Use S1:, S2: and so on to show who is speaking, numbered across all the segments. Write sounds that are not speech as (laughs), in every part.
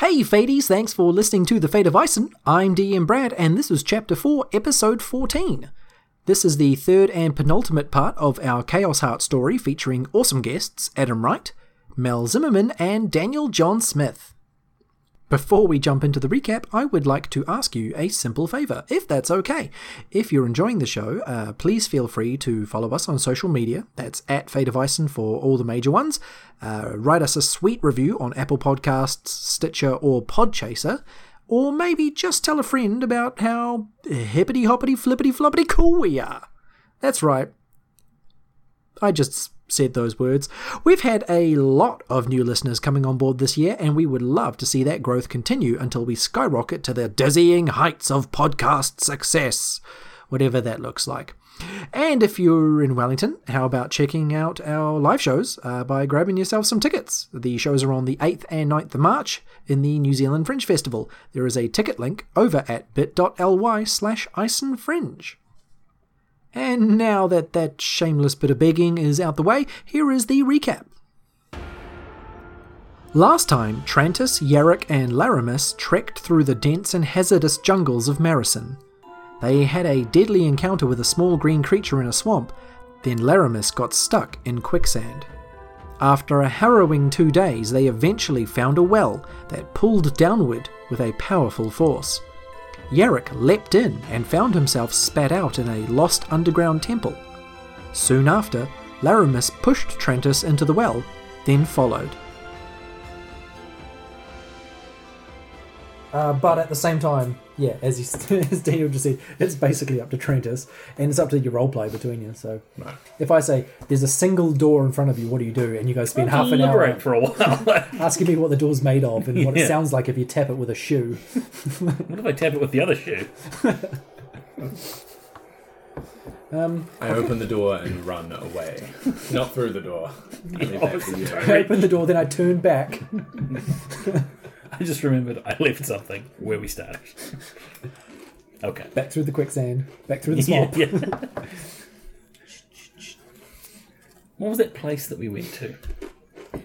S1: Hey, Fades, thanks for listening to The Fate of Ison. I'm DM Brad, and this is Chapter 4, Episode 14. This is the third and penultimate part of our Chaos Heart story featuring awesome guests Adam Wright, Mel Zimmerman, and Daniel John Smith. Before we jump into the recap, I would like to ask you a simple favor, if that's okay. If you're enjoying the show, uh, please feel free to follow us on social media. That's at Fate of Ison for all the major ones. Uh, write us a sweet review on Apple Podcasts, Stitcher, or Podchaser. Or maybe just tell a friend about how hippity hoppity flippity floppity cool we are. That's right. I just said those words. We've had a lot of new listeners coming on board this year, and we would love to see that growth continue until we skyrocket to the dizzying heights of podcast success, whatever that looks like. And if you're in Wellington, how about checking out our live shows uh, by grabbing yourself some tickets? The shows are on the 8th and 9th of March in the New Zealand Fringe Festival. There is a ticket link over at bit.ly slash Fringe. And now that that shameless bit of begging is out the way, here is the recap. Last time, Trantis, Yarrick, and Laramis trekked through the dense and hazardous jungles of Marison. They had a deadly encounter with a small green creature in a swamp, then Laramis got stuck in quicksand. After a harrowing two days, they eventually found a well that pulled downward with a powerful force. Yarrick leapt in and found himself spat out in a lost underground temple. Soon after, Laramis pushed Trantis into the well, then followed. Uh, but at the same time, yeah, as, you, (laughs) as Daniel just said, it's basically up to Trantis, and it's up to your roleplay between you. So,
S2: Right.
S1: if I say there's a single door in front of you, what do you do? And you guys spend half an hour
S2: Deliberate for a while. (laughs)
S1: asking me what the door's made of and what it
S2: Yeah.
S1: sounds like if you tap it with a shoe.
S2: what if I tap it with the other shoe?
S3: I open the door and run away. Not through the door. I leave that
S2: (laughs)
S3: to you.
S1: I open the door, then I turn back.
S2: I just remembered I left something where we started. (laughs) Okay.
S1: back through the quicksand, back through the
S2: Yeah,
S1: swamp. (laughs)
S2: (laughs) yeah. What was that place that we went to?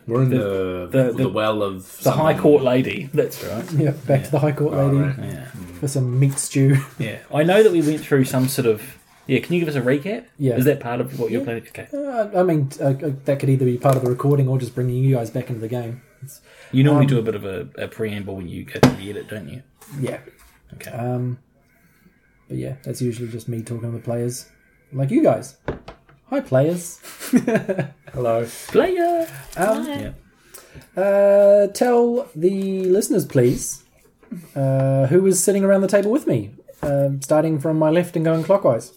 S3: We're in the,
S2: the-
S3: the,
S2: the-
S3: well of
S2: The High Court Lady. That's right.
S1: Yeah, back to the High Court lady
S2: Yeah.
S1: for some meat stew. (laughs)
S2: Yeah. I know that we went through some sort of. Yeah, can you give us a recap?
S1: Yeah.
S2: Is that part of what you're planning? Okay.
S1: Uh, I mean, uh, uh, that could either be part of the recording or just bringing you guys back into the game. It's,
S2: You normally
S1: Um,
S2: do a bit of a, a preamble when you go to the edit, don't you?
S1: yeah,
S2: Okay.
S1: um, but yeah, that's usually just me talking to the players, like you guys. Hi, players. (laughs) Hello.
S2: Player!
S1: Um,
S2: Yeah.
S1: Uh, tell the listeners, please, uh, who was sitting around the table with me, um, starting from my left and going clockwise.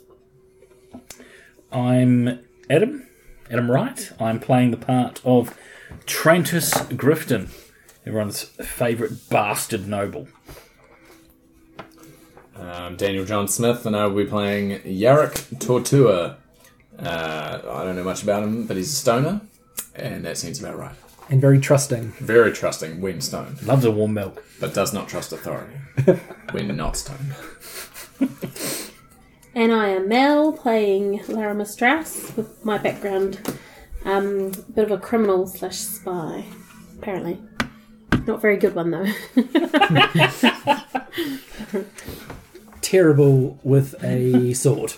S2: I'm Adam, Adam Wright. I'm playing the part of Trantis Grifton, everyone's favourite bastard noble.
S3: Um, Daniel John Smith, and I will be playing Yarrick Tortua. Uh, I don't know much about him, but he's a stoner, and that seems about right.
S1: And very trusting.
S3: Very trusting when stoned,
S2: Loves a warm milk.
S3: but does not trust authority when not stoned.
S4: And I am Mel, playing Larimer Strauss with my background, um, bit of a criminal slash spy, apparently. Not very good one though. (laughs)
S1: terrible with a sword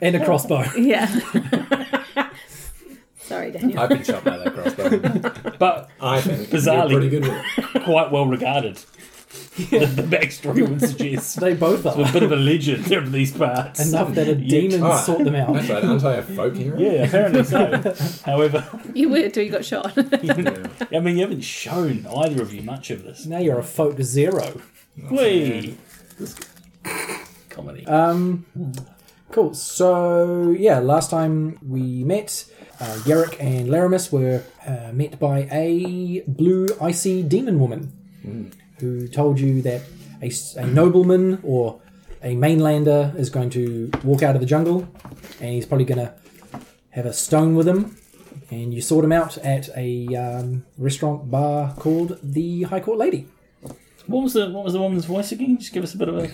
S1: and a crossbow.
S4: yeah. (laughs) Sorry, Daniel.
S3: I've been shot by that crossbow,
S2: But
S3: I think
S2: Bizarrely.
S3: you're pretty good with it.
S2: quite well regarded. (laughs) The, the backstory would suggest.
S1: They both
S2: A
S1: are
S2: bit of a legend (laughs) of these parts.
S1: enough that a
S2: You
S1: demon
S3: try.
S1: sought them out.
S3: That's right, aren't I a folk hero?
S2: Yeah, apparently so. However,
S4: You were till you got shot.
S3: Yeah.
S2: I mean, you haven't shown either of you much of this.
S1: Now you're a folk zero.
S2: Whee! This- Comedy.
S1: Um, cool. So yeah, last time we met, uh, Yerrick and Laramis were uh, met by a blue icy demon woman who told you that a, s- a nobleman or a mainlander is going to walk out of the jungle, and he's probably going to have a stone with him. And you sought him out at a um, restaurant bar called the High Court Lady.
S2: What was the what was the woman's voice again? Just give us a bit of a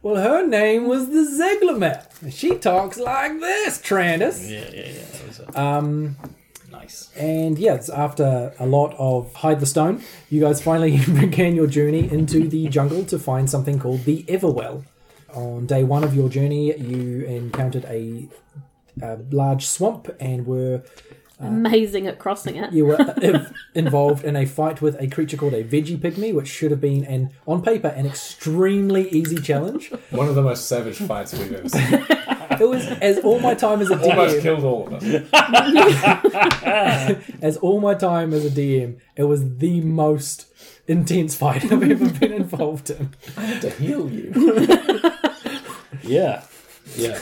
S1: Well, her name was the Zeglamette. She talks like this, Trandis.
S2: yeah yeah yeah. That was it.
S1: Um,
S3: Nice.
S1: And yeah, it's after a lot of hide the stone, you guys finally (laughs) began your journey into the jungle to find something called the Everwell. On day one of your journey, you encountered a, a large swamp and were
S4: (laughs) Amazing at crossing it.
S1: you were inv- involved in a fight with a creature called a veggie pygmy, which should have been an on paper an extremely easy challenge.
S3: One of the most savage fights we've ever (laughs) seen.
S1: It was as all my time as a
S3: Almost
S1: DM,
S3: killed all of us.
S1: as all my time as a DM, it was the most intense fight I've ever been involved in.
S3: to heal you.
S2: Yeah.
S3: (laughs)
S2: Yeah.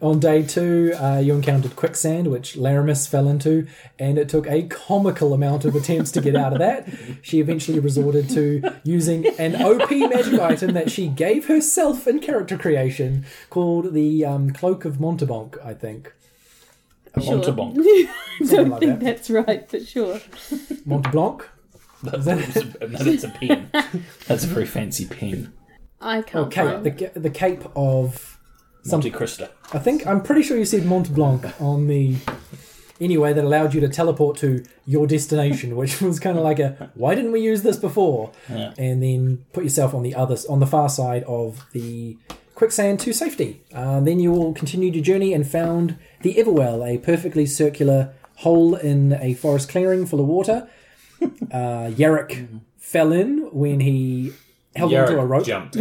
S1: On day two, uh, you encountered quicksand, which Laramis fell into, and it took a comical amount of attempts to get out of that. She eventually resorted to using an OP magic item that she gave herself in character creation called the um, Cloak of Montebank, I think.
S4: Sure. (laughs)
S2: Montebank.
S1: Something
S4: Don't
S1: like
S4: think
S1: that.
S4: that's right, but sure.
S1: Monteblanc?
S2: (laughs) That's, that's a
S1: (laughs)
S2: pen. That's a very fancy pen.
S4: I can't.
S1: Oh, cape.
S4: find-
S1: The, ca- the cape of.
S2: Monte Cristo.
S1: I think. I'm pretty sure you said Monteblanc on the. Anyway, that allowed you to teleport to your destination, which was kind of like a why didn't we use this before?
S2: Yeah.
S1: and then put yourself on the other on the far side of the quicksand to safety. Uh, then you all continued your journey and found the Everwell, a perfectly circular hole in a forest clearing full of
S3: (laughs)
S1: water. Uh, Yarrick fell in when he held onto a
S3: Mm-hmm. Yarrick
S1: rope.
S3: jumped.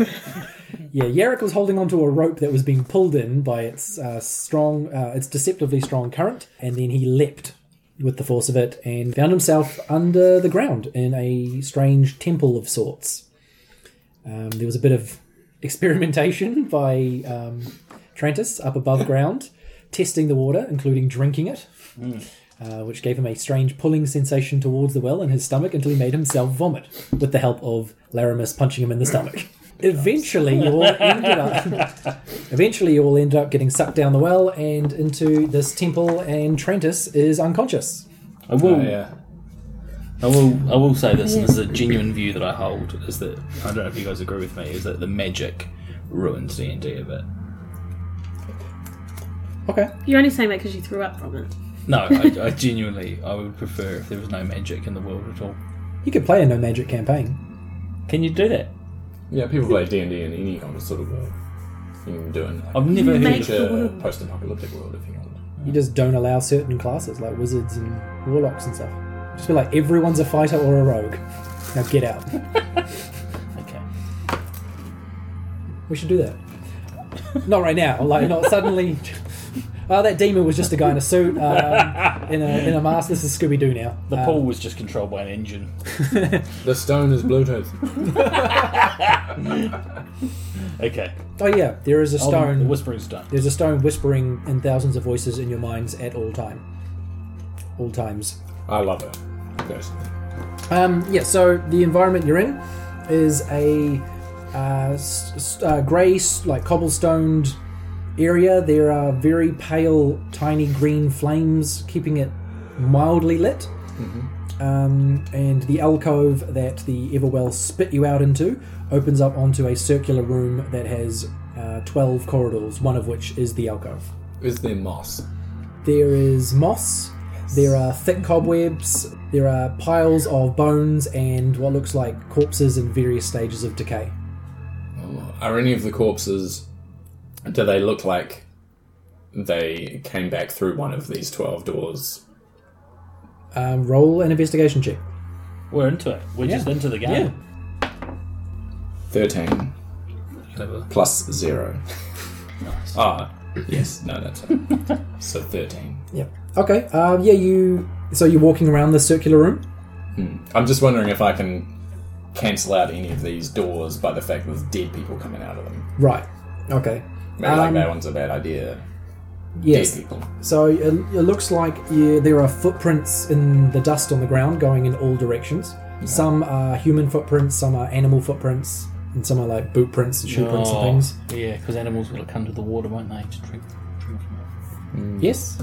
S1: Yeah, Yarrick was holding onto a rope that was being pulled in by its uh, strong, uh, its deceptively strong current, and then he leapt with the force of it and found himself under the ground in a strange temple of sorts. Um, there was a bit of experimentation (laughs) by um, Trantis up above ground, testing the water, including drinking it, uh, which gave him a strange pulling sensation towards the well in his stomach until he made himself vomit with the help of Laramis punching him in the stomach. Eventually, you all ended up. (laughs) Eventually, you all ended up getting sucked down the well and into this temple, and Trantis is unconscious.
S2: I will.
S3: Oh, yeah.
S2: I will. I will say this, and this is a genuine view that I hold: is that I don't know if you guys agree with me, is that the magic ruins D and D a bit.
S1: Okay.
S4: You're only saying that because you threw up from it.
S2: No, I,
S1: (laughs)
S2: I genuinely, I would prefer if there was no magic in the world at all.
S1: You could play a no magic campaign.
S2: Can you do that?
S3: Yeah, people play D and D in any kind of sort of uh, world. You can do it in like
S2: I've never heard
S4: Make-
S2: of it.
S3: future post-apocalyptic world if you want.
S1: You just don't allow certain classes like wizards and warlocks and stuff. Just be like, everyone's a fighter or a rogue. Now get out.
S2: Okay.
S1: We should do that. Not right now. Like, not suddenly. Oh, that demon was just a guy in a suit, um, in, a, in a mask. This is Scooby Doo now.
S2: The
S1: Uh,
S2: pool was just controlled by an engine.
S3: The stone is (laughs) Bluetooth.
S2: Okay.
S1: Oh, yeah. There is a
S2: Oh, the-
S1: stone.
S2: the whispering stone.
S1: There's a stone whispering in thousands of voices in your minds at all time. All times.
S3: I love it. Personally.
S1: Um, yeah, so the environment you're in is a uh, s- s- uh, grey, s- like cobblestoned area. There are very pale, tiny green flames keeping it mildly lit. Um, and the alcove that the Everwell spit you out into opens up onto a circular room that has uh, 12 corridors, one of which is the alcove.
S3: Is there moss?
S1: There is moss. There are thick cobwebs. There are piles of bones and what looks like corpses in various stages of decay.
S3: Are any of the corpses? Do they look like they came back through one of these twelve doors?
S1: Um, roll an investigation check.
S2: We're into it. We're just into the game.
S3: Thirteen
S2: Clever.
S3: plus (laughs) zero.
S2: Nice.
S3: Ah, (laughs) yes. No, that's it. so thirteen.
S1: Yep. Okay. Um, yeah, you. So you're walking around the circular room.
S3: I'm just wondering if I can cancel out any of these doors by the fact that there's dead people coming out of them.
S1: Right. Okay.
S3: Maybe like
S1: Um,
S3: that one's a bad idea.
S1: Yes.
S3: Dead people.
S1: So it, it looks like yeah, there are footprints in the dust on the ground going in all directions. Some are human footprints, some are animal footprints, and some are like boot prints and shoe prints and things.
S2: Oh, Yeah, because animals will come to the water, won't they, to drink? drink from it.
S1: Yes,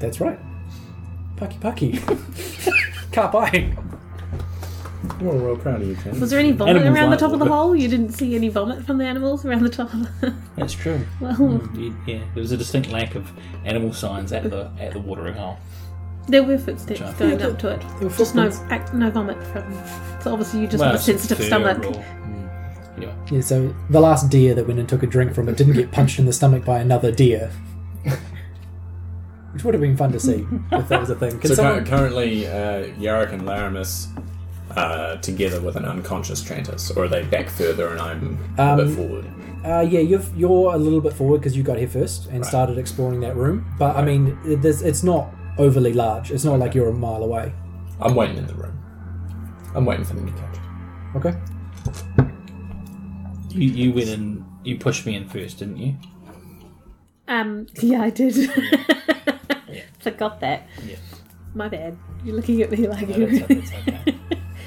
S1: that's right. Pucky pucky. (laughs) Carpine.
S3: We're all real proud of you, Ken.
S4: Was there any vomit
S2: Animals
S4: around the
S2: like
S4: top of the
S2: water.
S4: hole? You didn't see any vomit from the animals around the top of the (laughs)
S2: That's true.
S4: well.
S1: Hmm.
S2: Yeah, there was a distinct lack of animal signs at the at the watering hole.
S4: There were footsteps
S2: Which I
S4: going up to it. Just no, ac- no vomit from. So obviously you just
S2: Well,
S4: have a
S2: it's a Hmm.
S4: sensitive
S2: fair
S4: stomach.
S2: rule. Anyway,
S1: Yeah, so the last deer that went and took a drink from it didn't get punched in the stomach by another deer. Which would have been fun to see if that was a (laughs) thing. Can
S3: So
S1: someone-
S3: cur- currently, uh, Yarick and Laramus uh, together with an unconscious Trantis, or are they back further and I'm a
S1: Um,
S3: bit forward?
S1: Uh, yeah, you've, you're a little bit forward because you got here first and started exploring that room. But I mean, it, there's- it's not overly large. It's not like you're a mile away.
S3: I'm waiting in the room. I'm waiting for them to catch.
S1: Okay.
S2: you, you went in, you pushed me in first, didn't you?
S4: Um, yeah, I did. (laughs) Forgot that.
S2: Yeah.
S4: My bad. You're looking at me like.
S2: No, that's, that's okay.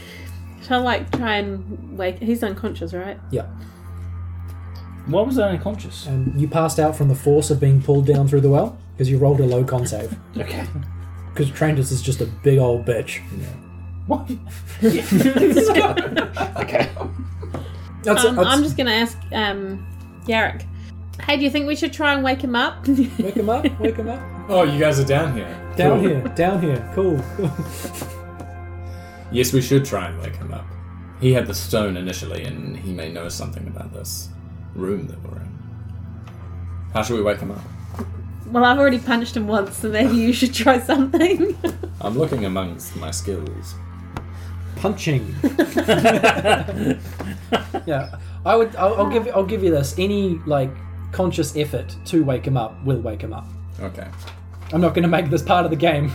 S4: (laughs) Shall I like try and wake? He's unconscious, right? (laughs)
S1: Yeah.
S2: Why was I unconscious?
S1: Um, you passed out from the force of being pulled down through the well because you rolled a low con save.
S2: (laughs) Okay.
S1: Because Trantis is just a big old bitch.
S2: What? Yeah, let's go. okay.
S1: That's,
S4: Um,
S1: that's-
S4: I'm just gonna ask um, Yarrick. Hey, do you think we should try and wake him up?
S1: Wake him up, wake him up.
S3: Oh, you guys are down here.
S1: (laughs) Down
S3: Cool.
S1: here, down here. Cool. (laughs) cool.
S3: Yes, we should try and wake him up. He had the stone initially, and he may know something about this room that we're in. How should we wake him up?
S4: well, I've already punched him once, so maybe you should try something. (laughs)
S3: I'm looking amongst my skills.
S1: Punching. yeah, I would. I'll, I'll give. I'll give you this. Any like conscious effort to wake him up will wake him up.
S3: Okay.
S1: I'm not going to make this part of the game.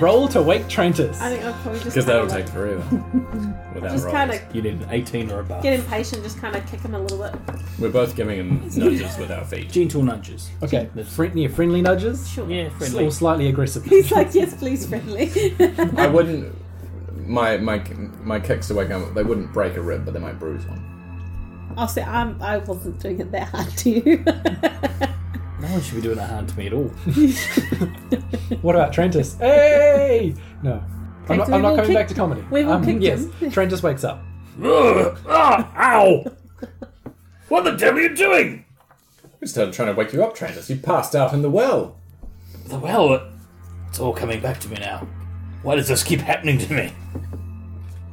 S1: (laughs) Roll to wake Trantis.
S4: think I'll probably just
S3: Because that'll take forever.
S4: (laughs)
S3: Without
S4: Just
S3: rolls.
S4: kinda-
S2: (laughs) You need an 18 or above.
S4: get impatient, just kind of kick him a little bit.
S3: We're both giving
S4: (laughs)
S3: him nudges with our feet.
S2: Gentle nudges.
S1: Okay, friendly, yeah, friendly nudges
S4: Sure.
S2: Yeah,
S1: or
S2: friendly.
S1: slightly aggressive.
S4: (laughs) He's like, yes, please, friendly. (laughs)
S3: I wouldn't. My my my kicks to wake him up. They wouldn't break a rib, but they might bruise one.
S4: I'll say I'm, I wasn't doing it that hard to you. (laughs)
S2: No one should be doing that hard to me at all. (laughs)
S1: What about Trantis? Hey, no, I'm not,
S4: so
S1: I'm
S4: we've
S1: not
S4: all
S1: coming back to
S4: kicked-
S1: comedy. Um,
S4: we've all kicked
S1: yes,
S4: him.
S1: Trantis wakes up.
S2: Ah, ow! What the devil are you doing?
S3: We started trying to wake you up, Trantis. You passed out in the well.
S2: Well, it's all coming back to me now. Why does this keep happening to me?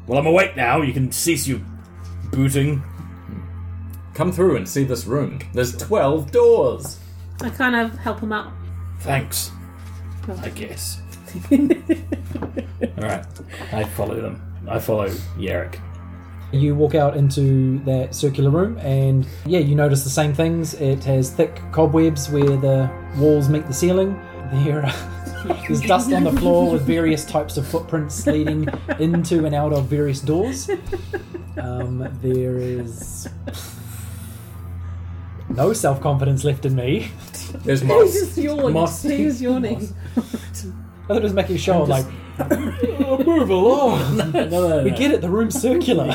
S2: Well, I'm awake now. You can cease you booting.
S3: Come through and see this room. There's twelve doors.
S4: I kind of help him up. (laughs)
S2: Thanks. I guess. all right. I follow them. I follow Yarrick.
S1: You walk out into that circular room, and yeah, you notice the same things. It has thick cobwebs where the walls meet the ceiling. There, are- (laughs) there's dust on the floor with various types of footprints leading into and out of various doors. Um, there is no self confidence left in me. (laughs)
S4: (laughs)
S3: There's
S4: He's
S3: moss.
S4: just yawning.
S1: Moss.
S4: He was yawning.
S1: I thought it was making sure, like, "Oh, move
S4: (laughs)
S1: along.
S2: (laughs) No, no, no,
S1: We
S2: no.
S1: get it. The room's circular.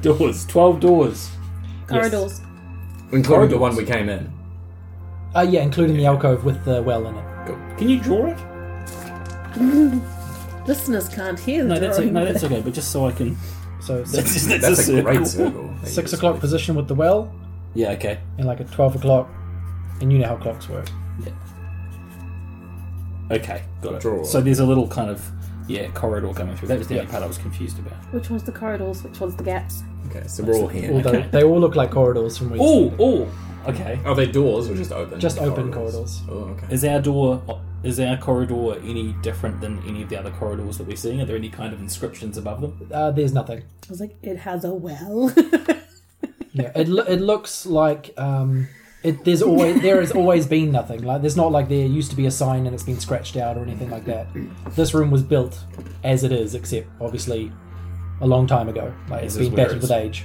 S2: doors. Twelve doors.
S4: (laughs) Corridors.
S3: Including the one we came in.
S1: Uh, yeah, including the alcove with the well in it.
S2: Can you draw it?
S4: Listeners can't hear the
S2: No, that's
S4: drawing.
S2: no, that's okay. But just so I can.
S1: So six,
S2: (laughs) That's, just- that's
S3: That's a
S2: circle.
S3: great circle.
S1: six o'clock position with the well,
S2: Yeah. Okay.
S1: and like at twelve o'clock, and you know how clocks work.
S2: Okay. Got it.
S3: Draw.
S2: So there's a little kind of yeah corridor coming through. That was the only
S1: Yeah.
S2: part I was confused about.
S4: (laughs) Which one's the corridors? Which one's the gaps?
S3: Okay, so we're all here.
S1: Although
S2: Okay.
S1: they all look like corridors from where.
S2: Oh. Oh. Okay.
S3: Are they doors or just open?
S1: Just open corridors.
S3: Oh, okay.
S2: Is our door is our corridor any different than any of the other corridors that we're seeing? Are there any kind of inscriptions above them?
S1: Uh, there's nothing.
S4: I was like, it has a well. (laughs)
S1: Yeah, it lo- it looks like um, it there's
S2: (laughs)
S1: always there has always been nothing. Like there's not like there used to be a sign and it's been scratched out or anything like that. This room was built as it is, except obviously a long time ago. Like
S2: This
S1: it's
S2: is
S1: been
S2: where
S1: battered
S2: it's-
S1: with age.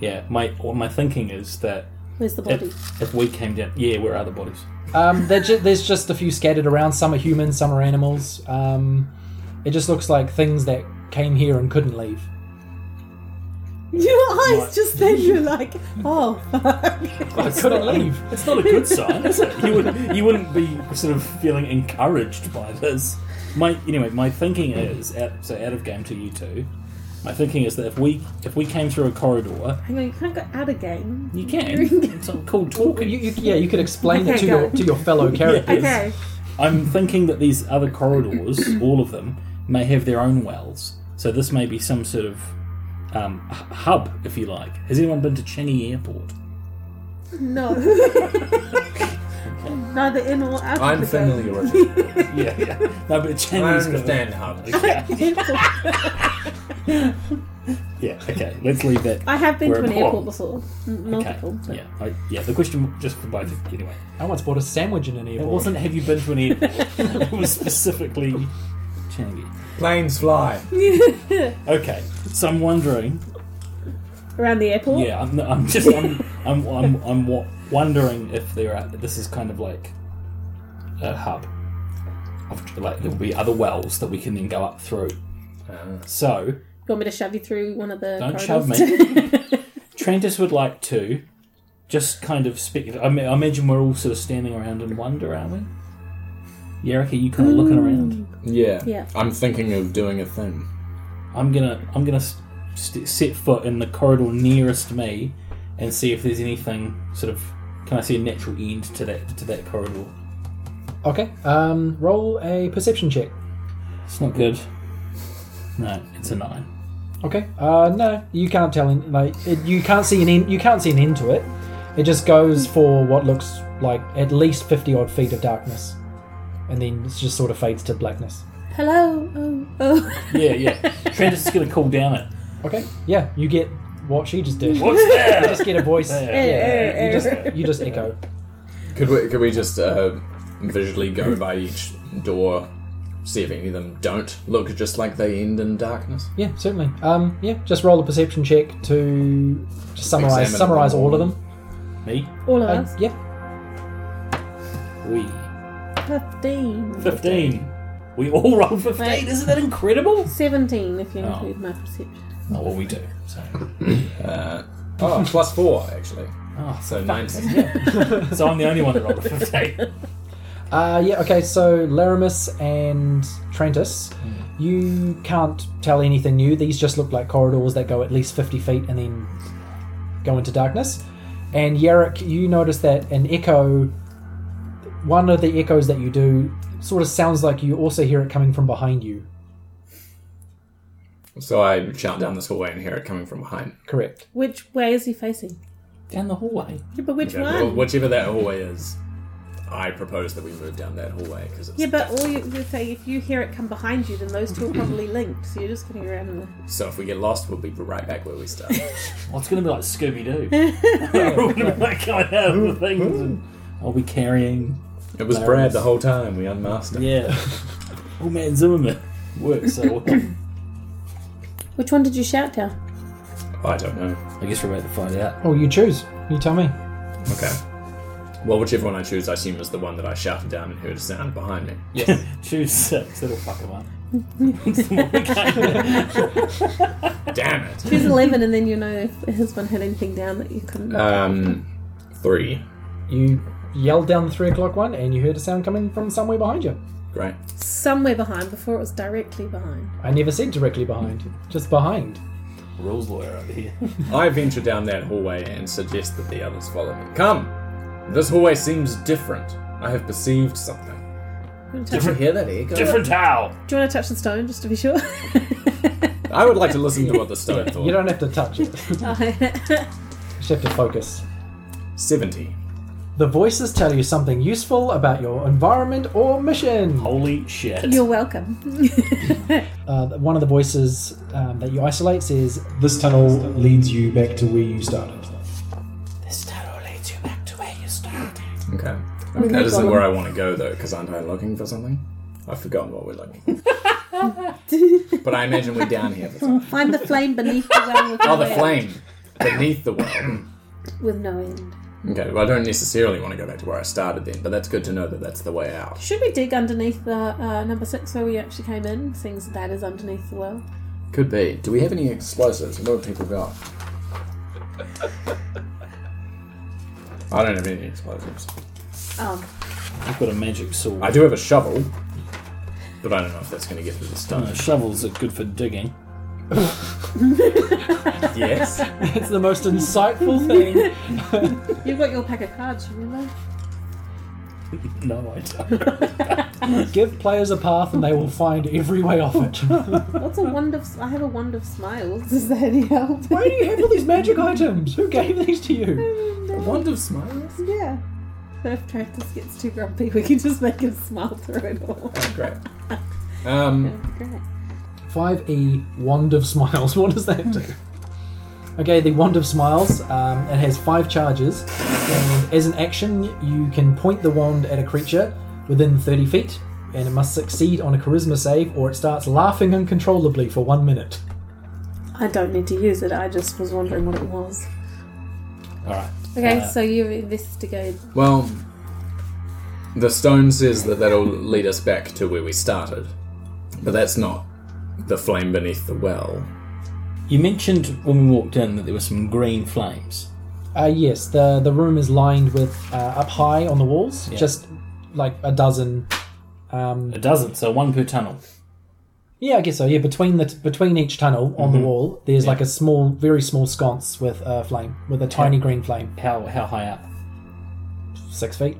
S2: Yeah. My well, my thinking is that
S4: Where's the body?
S2: if, if we came down, yeah, where are the bodies?
S1: Um, they're ju- there's just a few scattered around. Some are human, some are animals. Um, it just looks like things that came here and couldn't leave.
S4: (laughs) Your eyes just then you're like, oh fuck.
S2: (laughs)
S1: I
S4: (laughs)
S1: couldn't leave.
S2: It's not a good sign, is it? You would you wouldn't be sort of feeling encouraged by this. My anyway, my thinking is out, so out of game to you two. My thinking is that if we if we came through a corridor,
S4: Hang on, you can't go out of game.
S2: you can. It's not called
S1: You,
S2: talking.
S1: you, yeah, you could explain it
S4: Okay,
S1: to
S4: go.
S1: your to your fellow characters.
S2: Okay. I'm thinking that these other corridors, all of them, may have their own wells. So this may be some sort of um, h- hub, if you like. Has anyone been to Changi Airport? (laughs)
S5: No. Neither in or out. of
S3: I'm
S5: the
S3: familiar with
S1: (laughs)
S3: it.
S2: Yeah, yeah. (laughs) No, but
S3: I
S2: Changi's got a-
S3: understand how.
S2: (laughs) Yeah, okay. Let's leave that.
S5: (laughs) I have been
S2: Where
S5: to an
S2: it
S5: airport
S2: belongs.
S5: before, M-
S2: Okay.
S5: multiple. but-
S2: Yeah, I, yeah. The question just for both of you, anyway.
S1: I once bought a sandwich in an
S2: It
S1: airport.
S2: wasn't have you been to (laughs) an airport? it (laughs) was specifically Changi.
S3: Planes fly.
S2: Okay, so I'm wondering.
S5: (laughs) Around the airport?
S2: Yeah, I'm, I'm just I'm I'm I'm, I'm wa- wondering if there are this is kind of like a hub. Of, like there will be other wells that we can then go up through.
S3: Uh,
S2: So
S4: You want me to shove you through one of the
S2: Don't
S5: (laughs)
S4: corridors?
S2: shove me. Trentus would like to just kind of speak. I, mean, I imagine we're all sort of standing around in wonder, are we? Yerrick, are you kind of looking around?
S3: Yeah.
S4: Yeah.
S3: I'm thinking of doing a thing.
S2: I'm gonna I'm gonna st- set foot in the corridor nearest me and see if there's anything sort of. Can I see a natural end to that to that corridor?
S1: Okay, um, roll a perception check.
S2: It's not good. No, it's a nine.
S1: Okay. Uh, no, you can't tell. In, like it, you can't see an end. You can't see an end to it. It just goes for what looks like at least fifty odd feet of darkness, and then it just sort of fades to blackness.
S4: Hello. Oh, oh.
S2: (laughs) Yeah, yeah.
S5: (laughs)
S2: Trentus is gonna call down it.
S1: Okay. Yeah, you get what she just did. You
S2: What's that?
S1: just get a voice.
S2: (laughs)
S1: (laughs)
S2: Yeah.
S1: Yeah, you just you just echo.
S3: Could we could we just uh, visually go
S1: Hmm.
S3: by each door, see if any of them don't look just like they end in darkness?
S1: Yeah, certainly. Um, yeah, just roll a perception check to just summarize
S3: Examine
S1: summarize
S3: them
S1: all of
S3: all.
S1: them.
S2: Me?
S4: All of
S2: Um,
S1: Uh,
S4: us.
S1: yeah.
S2: We.
S4: 15.
S2: 15. We all rolled 15.
S4: Wait.
S2: Isn't that incredible?
S4: 17 if you
S2: Oh.
S4: include my perception.
S2: Oh, well, we do. So,
S3: Uh, oh, plus four actually.
S2: oh, so,
S3: So nineteen.
S2: so I'm the only one that rolled a 15.
S1: Uh, yeah. Okay. So Laramus and Trantis, you can't tell anything new. These just look like corridors that go at least fifty feet and then go into darkness. And Yarrick, you notice that an echo, one of the echoes that you do, sort of sounds like you also hear it coming from behind you.
S3: So I shout down this hallway and hear it coming from behind.
S1: Correct.
S4: Which way is he facing?
S2: Down the hallway.
S4: Yeah, but which
S3: Okay,
S4: one?
S3: well, whichever that hallway is, I propose that we move down that hallway because it's
S5: Yeah, but all you, you say if you hear it come behind you, then those two are probably linked. So you're just going to go around in the.
S3: so if we get lost, we'll be right back where we started.
S2: Well, it's going to be like
S1: (laughs)
S2: Scooby Doo. We're all going to be like going out of the things. And I'll be carrying.
S3: it was Brad the whole time. We unmasked
S2: (laughs)
S3: him.
S2: Yeah. Oh, man, Zimmerman works (laughs) so well.
S4: Which one did you shout down?
S3: I don't know.
S2: I guess we're about to find out.
S1: Oh, you choose. You tell me.
S3: Okay. Well, whichever one I choose, I assume is the one that I shouted down and heard a sound behind me.
S2: Yeah. Choose six. It'll fuck him up.
S3: Damn it.
S4: Choose 11 and then you know if his one had anything down that you couldn't.
S3: Um, three.
S1: You yelled down the three o'clock one, and you heard a sound coming from somewhere behind you.
S3: Great.
S4: Somewhere behind before it was directly behind.
S1: I never said directly behind, just behind.
S2: Rules lawyer over here. (laughs)
S3: I venture down that hallway and suggest that the others follow me. Come! This hallway seems different. I have perceived something. Did you hear that echo?
S2: Different towel.
S4: Do you want to touch the stone just to be sure?
S3: I would like to listen to what the stone thought.
S1: You don't have to touch it. (laughs) you just have to focus.
S3: 70.
S1: The voices tell you something useful about your environment or mission.
S2: Holy shit.
S4: You're welcome.
S1: Uh, one of the voices um, that you isolate says,
S6: This tunnel leads you back to where you started.
S2: This towel leads you back to where you started.
S3: Okay. That isn't where I want to go, though, because aren't I looking for something? I've forgotten what we're looking (laughs) for. but I imagine we're down here for something.
S4: Find the flame beneath the well with,
S3: Oh, the flame beneath the well.
S4: with no end.
S3: Okay, well, I don't necessarily want to go back to where I started then, but that's good to know that that's the way out.
S4: Should we dig underneath the uh, number six where we actually came in, seeing as that is underneath the well?
S3: Could be. Do we have any explosives? What have people got? I don't have any explosives.
S4: Oh,
S2: I've got a magic sword.
S3: I do have a shovel, but I don't know if that's going to get through the
S2: Uh,
S3: (laughs) stone.
S2: shovels are good for digging.
S3: yes.
S1: (laughs) It's the (laughs) most insightful thing.
S4: you've got your pack of cards, remember?
S2: No, I don't. (laughs)
S1: Give players a path and they will find every way off it.
S5: What's a wand of? I have a wand of smiles. Does that any
S4: (laughs)
S5: help?
S1: (laughs) Why do you have all these magic items? Who gave these to you?
S3: Wand of smiles.
S5: Yeah. So if Tractus gets too grumpy, we can just make him smile through it all.
S3: Great. Um,
S5: Great.
S1: 5e E, Wand of Smiles. (laughs) What does that do? Okay, the Wand of Smiles. Um, it has five charges. And as an action, you can point the wand at a creature within 30 feet, and it must succeed on a charisma save or it starts laughing uncontrollably for one minute.
S5: I don't need to use it. I just was wondering what it was.
S2: All right.
S4: Okay,
S2: Uh,
S4: so you (laughs) investigate.
S3: well, the stone says that that'll lead us back to where we started, but that's not the flame beneath the well.
S2: You mentioned when we walked in that there were some green flames.
S1: Uh, yes, the the room is lined with uh, up high on the walls, just like a dozen. Um,
S2: A dozen, so one per tunnel.
S1: yeah, I guess so. Yeah, between the t- between each tunnel on the wall, there's like a small, very small sconce with a flame, with a tiny green flame,
S2: How how high up?
S1: six feet.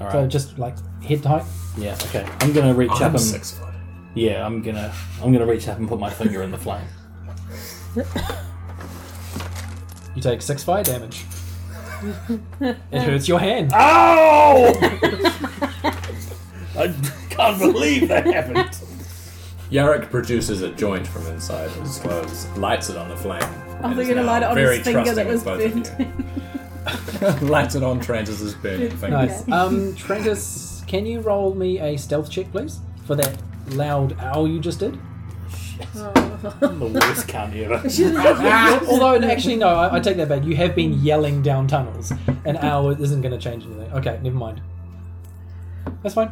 S2: All right.
S1: So just like head height.
S2: yeah. Okay. I'm gonna reach up
S3: I'm
S2: and
S3: six foot.
S2: yeah. I'm gonna I'm gonna reach up and put my finger in the flame.
S1: You take six fire damage. it hurts your hand.
S2: (laughs)
S3: Ah!
S2: Ow! I can't believe that happened.
S3: Yarrick produces a joint from inside his clothes, lights it on the flame. Oh,
S5: they're gonna light it on his finger that was
S3: (laughs) lights it on Trantis's burning finger.
S1: Nice. Um, Trentus, can you roll me a stealth check, please, for that loud owl you just did?
S2: I'm the
S4: (laughs)
S2: worst cunt ever.
S3: Ah!
S1: Although, no, actually, no, I, I take that back. You have been yelling down tunnels. An hour isn't going to change anything. Okay, never mind. That's fine.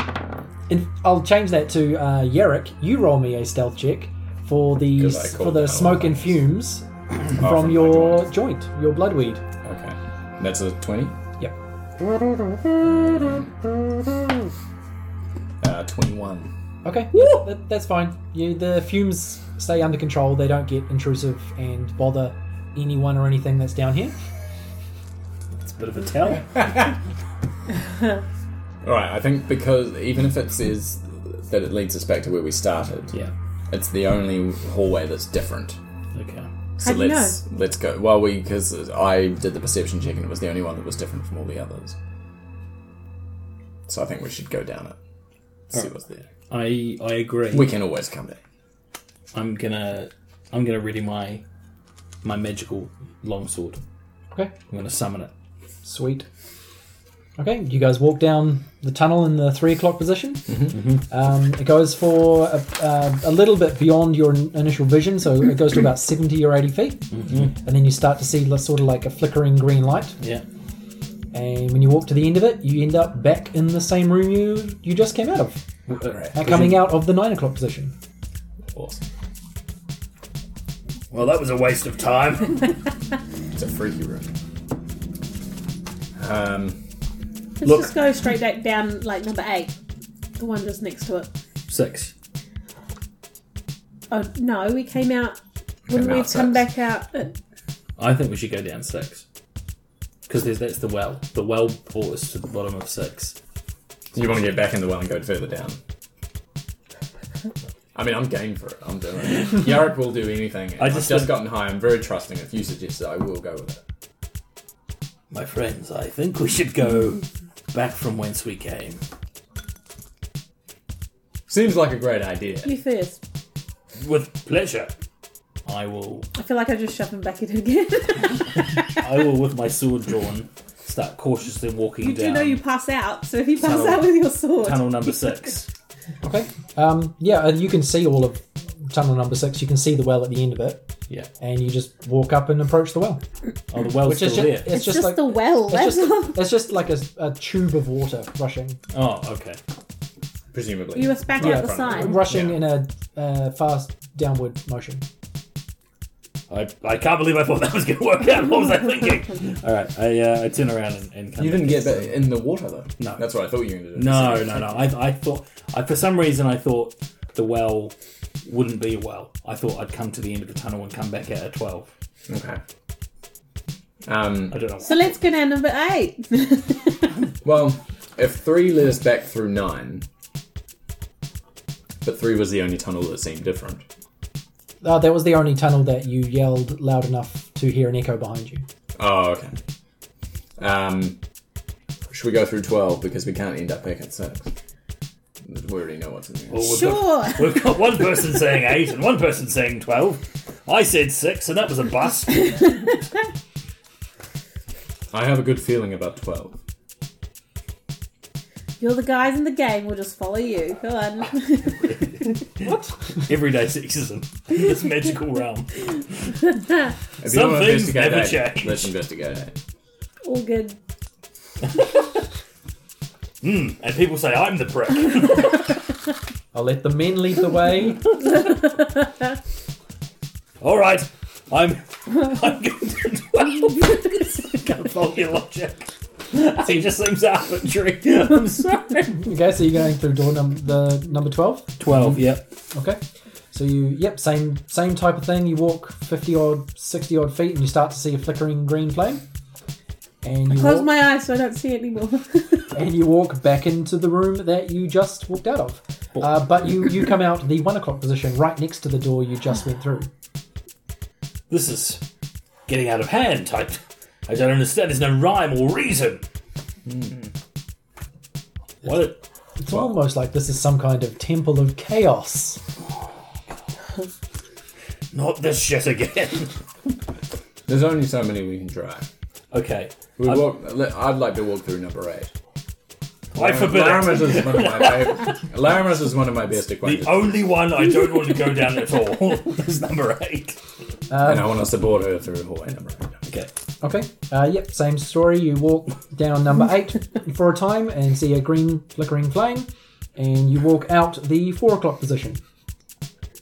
S1: In, I'll change that to uh, Yerrick. You roll me a stealth check for the
S3: 'Cause I
S1: for
S3: called
S1: the
S3: that
S1: smoke
S3: one.
S1: and fumes
S3: Oh,
S1: from
S3: my
S1: your
S3: joint.
S1: joint, your bloodweed.
S3: Okay. That's a 20?
S1: Yep.
S3: Uh, 21.
S1: Okay, that, that's fine. You, the fumes stay under control. They don't get intrusive and bother anyone or anything that's down here.
S2: It's a bit of a tell.
S3: Alright, I think because even if it says that it leads us back to where we started,
S2: Yeah.
S3: it's the only hallway that's different.
S2: Okay.
S3: So
S4: How do you
S3: let's let's go. Well, we because I did the perception check and it was the only one that was different from all the others. So I think we should go down it. See what's there.
S2: I I agree.
S3: We can always come back.
S2: I'm gonna I'm gonna ready my my magical longsword.
S1: Okay.
S2: I'm gonna summon it.
S1: Sweet. Okay, you guys walk down the tunnel in the three o'clock position. Um, it goes for a, uh, a little bit beyond your in- initial vision, so it goes to about 70 or 80 feet. And then you start to see li- sort of like a flickering green light.
S2: Yeah.
S1: And when you walk to the end of it, you end up back in the same room you, you just came out of. Uh, coming out of the nine o'clock position.
S3: Awesome.
S2: Well, that was a waste of time.
S3: It's a freaky room. Um,
S4: Let's
S3: Look.
S4: just go straight back down, like number eight, the one just next to it.
S2: (laughs) Six.
S4: Oh no, we came out. Wouldn't
S3: Came
S4: we
S3: out
S4: have
S3: six.
S4: come back out? At,
S2: I think we should go down six because there's that's the well. The well brought us to the bottom of six.
S3: you want to get back in the well and go further down? I mean, I'm game for it. I'm doing
S2: (laughs)
S3: it. Yarrick will do anything. I
S2: just
S3: just, I've just gotten high. I'm very trusting. If you suggest it, I will go with it.
S2: My friends, I think we should go back from whence we came.
S3: Seems like a great idea.
S4: you first.
S2: With pleasure. I will
S4: I feel like I just shoved him back in again. (laughs)
S2: I will with my sword drawn start cautiously walking
S5: You
S2: down
S5: do know you pass out, so if you pass
S2: Tunnel.
S5: out with your sword,
S2: tunnel number six.
S1: Okay. Um, yeah, and you can see all of tunnel number six. You can see the well at the end of it.
S2: Yeah.
S1: And you just walk up and approach the well.
S2: Oh the well's
S1: Which is
S2: still
S1: ju-
S2: there.
S1: it's
S4: It's just, the well.
S1: It's
S4: That's all.
S1: just, (laughs) it's just like a, a tube of water rushing,
S2: Oh, okay.
S3: Presumably.
S4: (laughs) You were back
S1: Yeah.
S4: out the side.
S1: rushing
S3: Yeah.
S1: in a uh, fast downward motion.
S2: I, I can't believe I thought that was going to work out. (laughs) What was I
S4: (laughs)
S2: thinking? (laughs) All right, I, uh, I turn around and, and come
S3: You didn't
S2: back.
S3: get that in the water though.
S2: No.
S3: that's what I thought you were going to
S2: (laughs)
S3: do.
S2: No, no, no. I, I thought I for some reason I thought the well wouldn't be a well. I thought I'd come to the end of the tunnel and come back out at twelve.
S3: Okay. Um.
S2: I don't know.
S4: (laughs) So let's go down number eight.
S3: Well, If three led us back through nine, but three was the only tunnel that seemed different.
S1: Uh, that was the only tunnel that you yelled loud enough to hear an echo behind you.
S3: Oh, okay. Um, should we go through 12 because we can't end up back at 6? We already know what's in there.
S2: Well, we've
S5: Sure.
S2: Got, we've got one person saying eight and one person saying twelve. I said six, and that was a (laughs) bust.
S3: I have a good feeling about 12.
S5: You're the guys in the game. We'll just follow you. Go on.
S2: Everyday sexism. This magical realm.
S3: If
S2: Some
S3: wanna
S2: things
S3: investigate
S2: never
S3: eight,
S2: change.
S3: Let's investigate it.
S4: (laughs) All good. (laughs)
S2: Hmm. And people say I'm the prick.
S1: I'll let the men lead the way.
S2: All right, I'm. I'm going to (laughs) twelve. I (laughs) can't follow your logic. (laughs) It just seems arbitrary. (laughs) I'm sorry.
S1: (laughs) okay, so you're going through door num- the number twelve.
S2: Twelve. Yep.
S1: Okay. So you, yep, same same type of thing. You walk fifty odd, sixty odd feet, and you start to see a flickering green flame. And you
S5: Close
S1: walk,
S5: my eyes so I don't see it anymore.
S1: and you walk back into the room that you just walked out of. Uh, but you you come out the one o'clock position, right next to the door you just went through.
S2: This is getting out of hand. I, I don't understand. There's no rhyme or reason. Hmm. What?
S1: It's almost like this is some kind of temple of chaos.
S2: Not this shit again. (laughs)
S3: There's only so many we can try.
S2: Okay.
S3: We
S2: I'm-
S3: walk, le- I'd like to walk through number 8.
S2: I forbid
S3: Larimer's
S2: it.
S3: is one of my favorite. Larimer's is one of my best
S2: The
S3: acquaintances,
S2: only one I don't want to go down at all (laughs) is number eight.
S3: and I want us to board her through hallway number eight.
S2: Okay.
S1: Okay. Uh, yep. Same story. You walk down number eight for a time and see a green flickering flame, and you walk out the four o'clock position.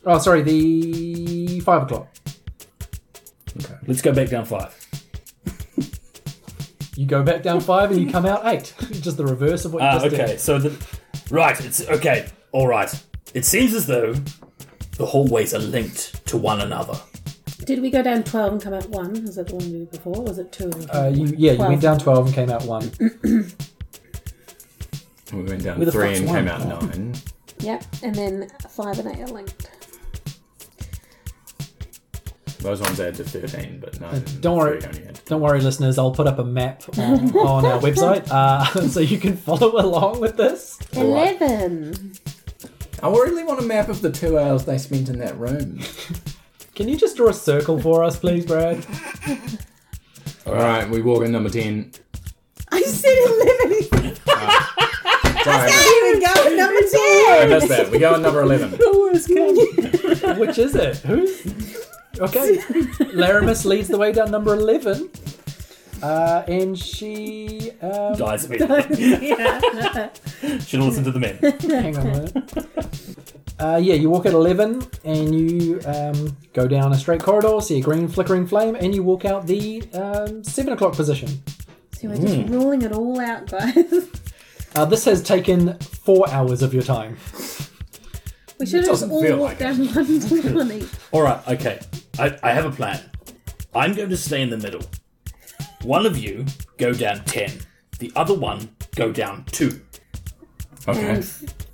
S1: Oh, sorry, the five o'clock.
S2: Let's go back down five.
S1: You go back down five and you come out eight. Just the reverse of what you
S2: Ah,
S1: just
S2: okay.
S1: did.
S2: So the right. It's okay. All right. It seems as though the hallways are linked to one another.
S4: (laughs) Did we go down 12 and come out 1? Was that the one we did before? Was it 2? And
S1: Uh, you, yeah, you went down twelve and came out one.
S3: We went down
S2: Where the
S3: three
S2: fuck's
S3: and
S2: one?
S3: came out nine.
S4: Yep. And then 5 and 8 are linked.
S3: Those ones add to 13, but nine. and
S1: Don't worry.
S3: three only add to-
S1: Don't worry, listeners. I'll put up a map on, on our website uh, (laughs) so you can follow along with this.
S4: 11.
S3: I really want a map of the two hours they spent in that room.
S1: Can you just draw a circle for us, please, Brad?
S3: All right, we walk in number 10.
S5: I said
S4: (laughs)
S5: 11.
S3: Sorry,
S5: Here we go. Number 10.
S3: I missed that. We go in number 11.
S4: (laughs)
S1: Which is it? Who's? Okay. Laramis leads the way down number 11. Uh, and she. Um,
S3: (laughs)
S2: Guys, should
S4: (laughs)
S5: Yeah.
S2: listen to the men.
S1: hang on a minute. Uh, yeah, you walk at 11 and you um, go down a straight corridor, see a green flickering flame, and you walk out the um, 7 o'clock position.
S4: So we're
S2: Hmm.
S4: just ruling it all out, guys.
S1: Uh, this has taken four hours of your time.
S4: We should have just
S3: doesn't
S4: all
S3: feel
S4: walked
S3: like
S4: down
S1: (laughs)
S4: 1 to 20.
S2: All right, okay. I, I have a plan. I'm going to stay in the middle. One of you go down 10, the other one go down 2,
S3: Okay.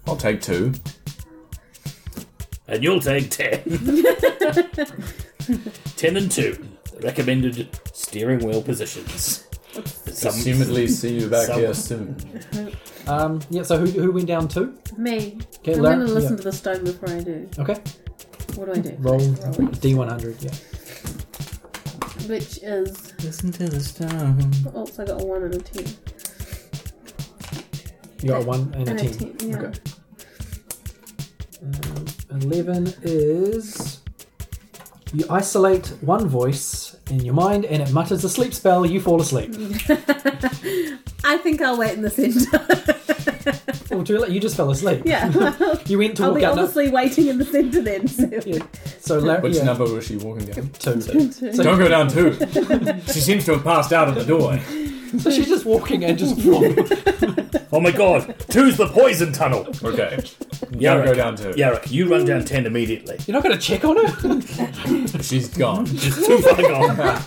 S3: I'll take two.
S2: and you'll take (laughs) 10. 10 and 2. Recommended steering wheel positions. Some,
S3: Assumedly see you back
S2: Some-
S3: here soon.
S1: Um, yeah, so who, who went down to?
S4: Me.
S1: Okay,
S4: I'm
S1: Lar-
S4: going to listen
S1: yeah.
S4: to the stone before I do.
S1: Okay,
S4: What do I do?
S1: roll
S4: Roll it.
S1: D100, yeah.
S4: Which is.
S3: Listen to the stone.
S4: Also got a 1 and a 2.
S1: You got a 1 and a
S4: And
S1: 10.
S4: a 10. Yeah.
S1: Okay. Um, 11 is you isolate one voice in your mind and it mutters a sleep spell, you fall
S4: (laughs)
S1: asleep.
S4: I think I'll wait in
S1: (laughs)
S4: the centre.
S1: Oh, do you, you just fell asleep.
S4: yeah.
S1: You went to
S4: (laughs) I'll
S1: walk
S4: be
S1: out. no-
S4: obviously waiting in the centre then. So.
S1: yeah.
S4: (laughs)
S1: So, Larry,
S3: Which
S1: yeah,
S3: number was she walking down?
S1: two.
S3: So don't go down (laughs) two. she seems to have passed out at the door.
S1: So she's just walking and
S4: (laughs)
S1: just flop.
S2: oh my god, two's the poison tunnel.
S3: Okay. Don't
S2: Yarrick,
S3: go down two.
S2: Yarrick, you run down 10
S3: (laughs)
S2: immediately.
S1: You're not going to check on her?
S3: She's gone. (laughs)
S2: She's too far gone.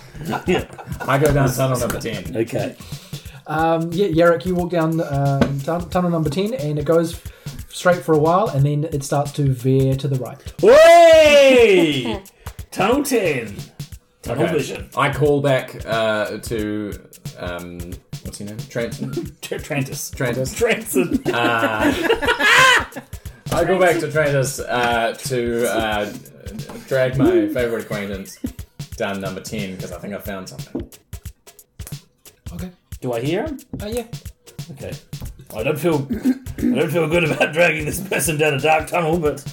S3: I go down tunnel number 10.
S2: Okay.
S1: Um, yeah, Yarrick, you walk down um, tun- tunnel number 10 and it goes straight for a while and then it starts to veer to the right.
S2: Way! Tunnel 10. Tunnel
S3: Okay.
S2: vision.
S3: I call back uh, to um, what's your name? Tranton.
S2: Tr- Trantis.
S3: Trantis.
S2: Transit.
S3: Uh, (laughs) I go back to Trantis uh, to uh, drag my favorite acquaintance down number ten because I think I found something.
S1: Okay.
S2: Do I hear him?
S4: Uh,
S1: Oh, yeah.
S2: Okay. I don't feel I don't feel good about dragging this person down a dark tunnel, but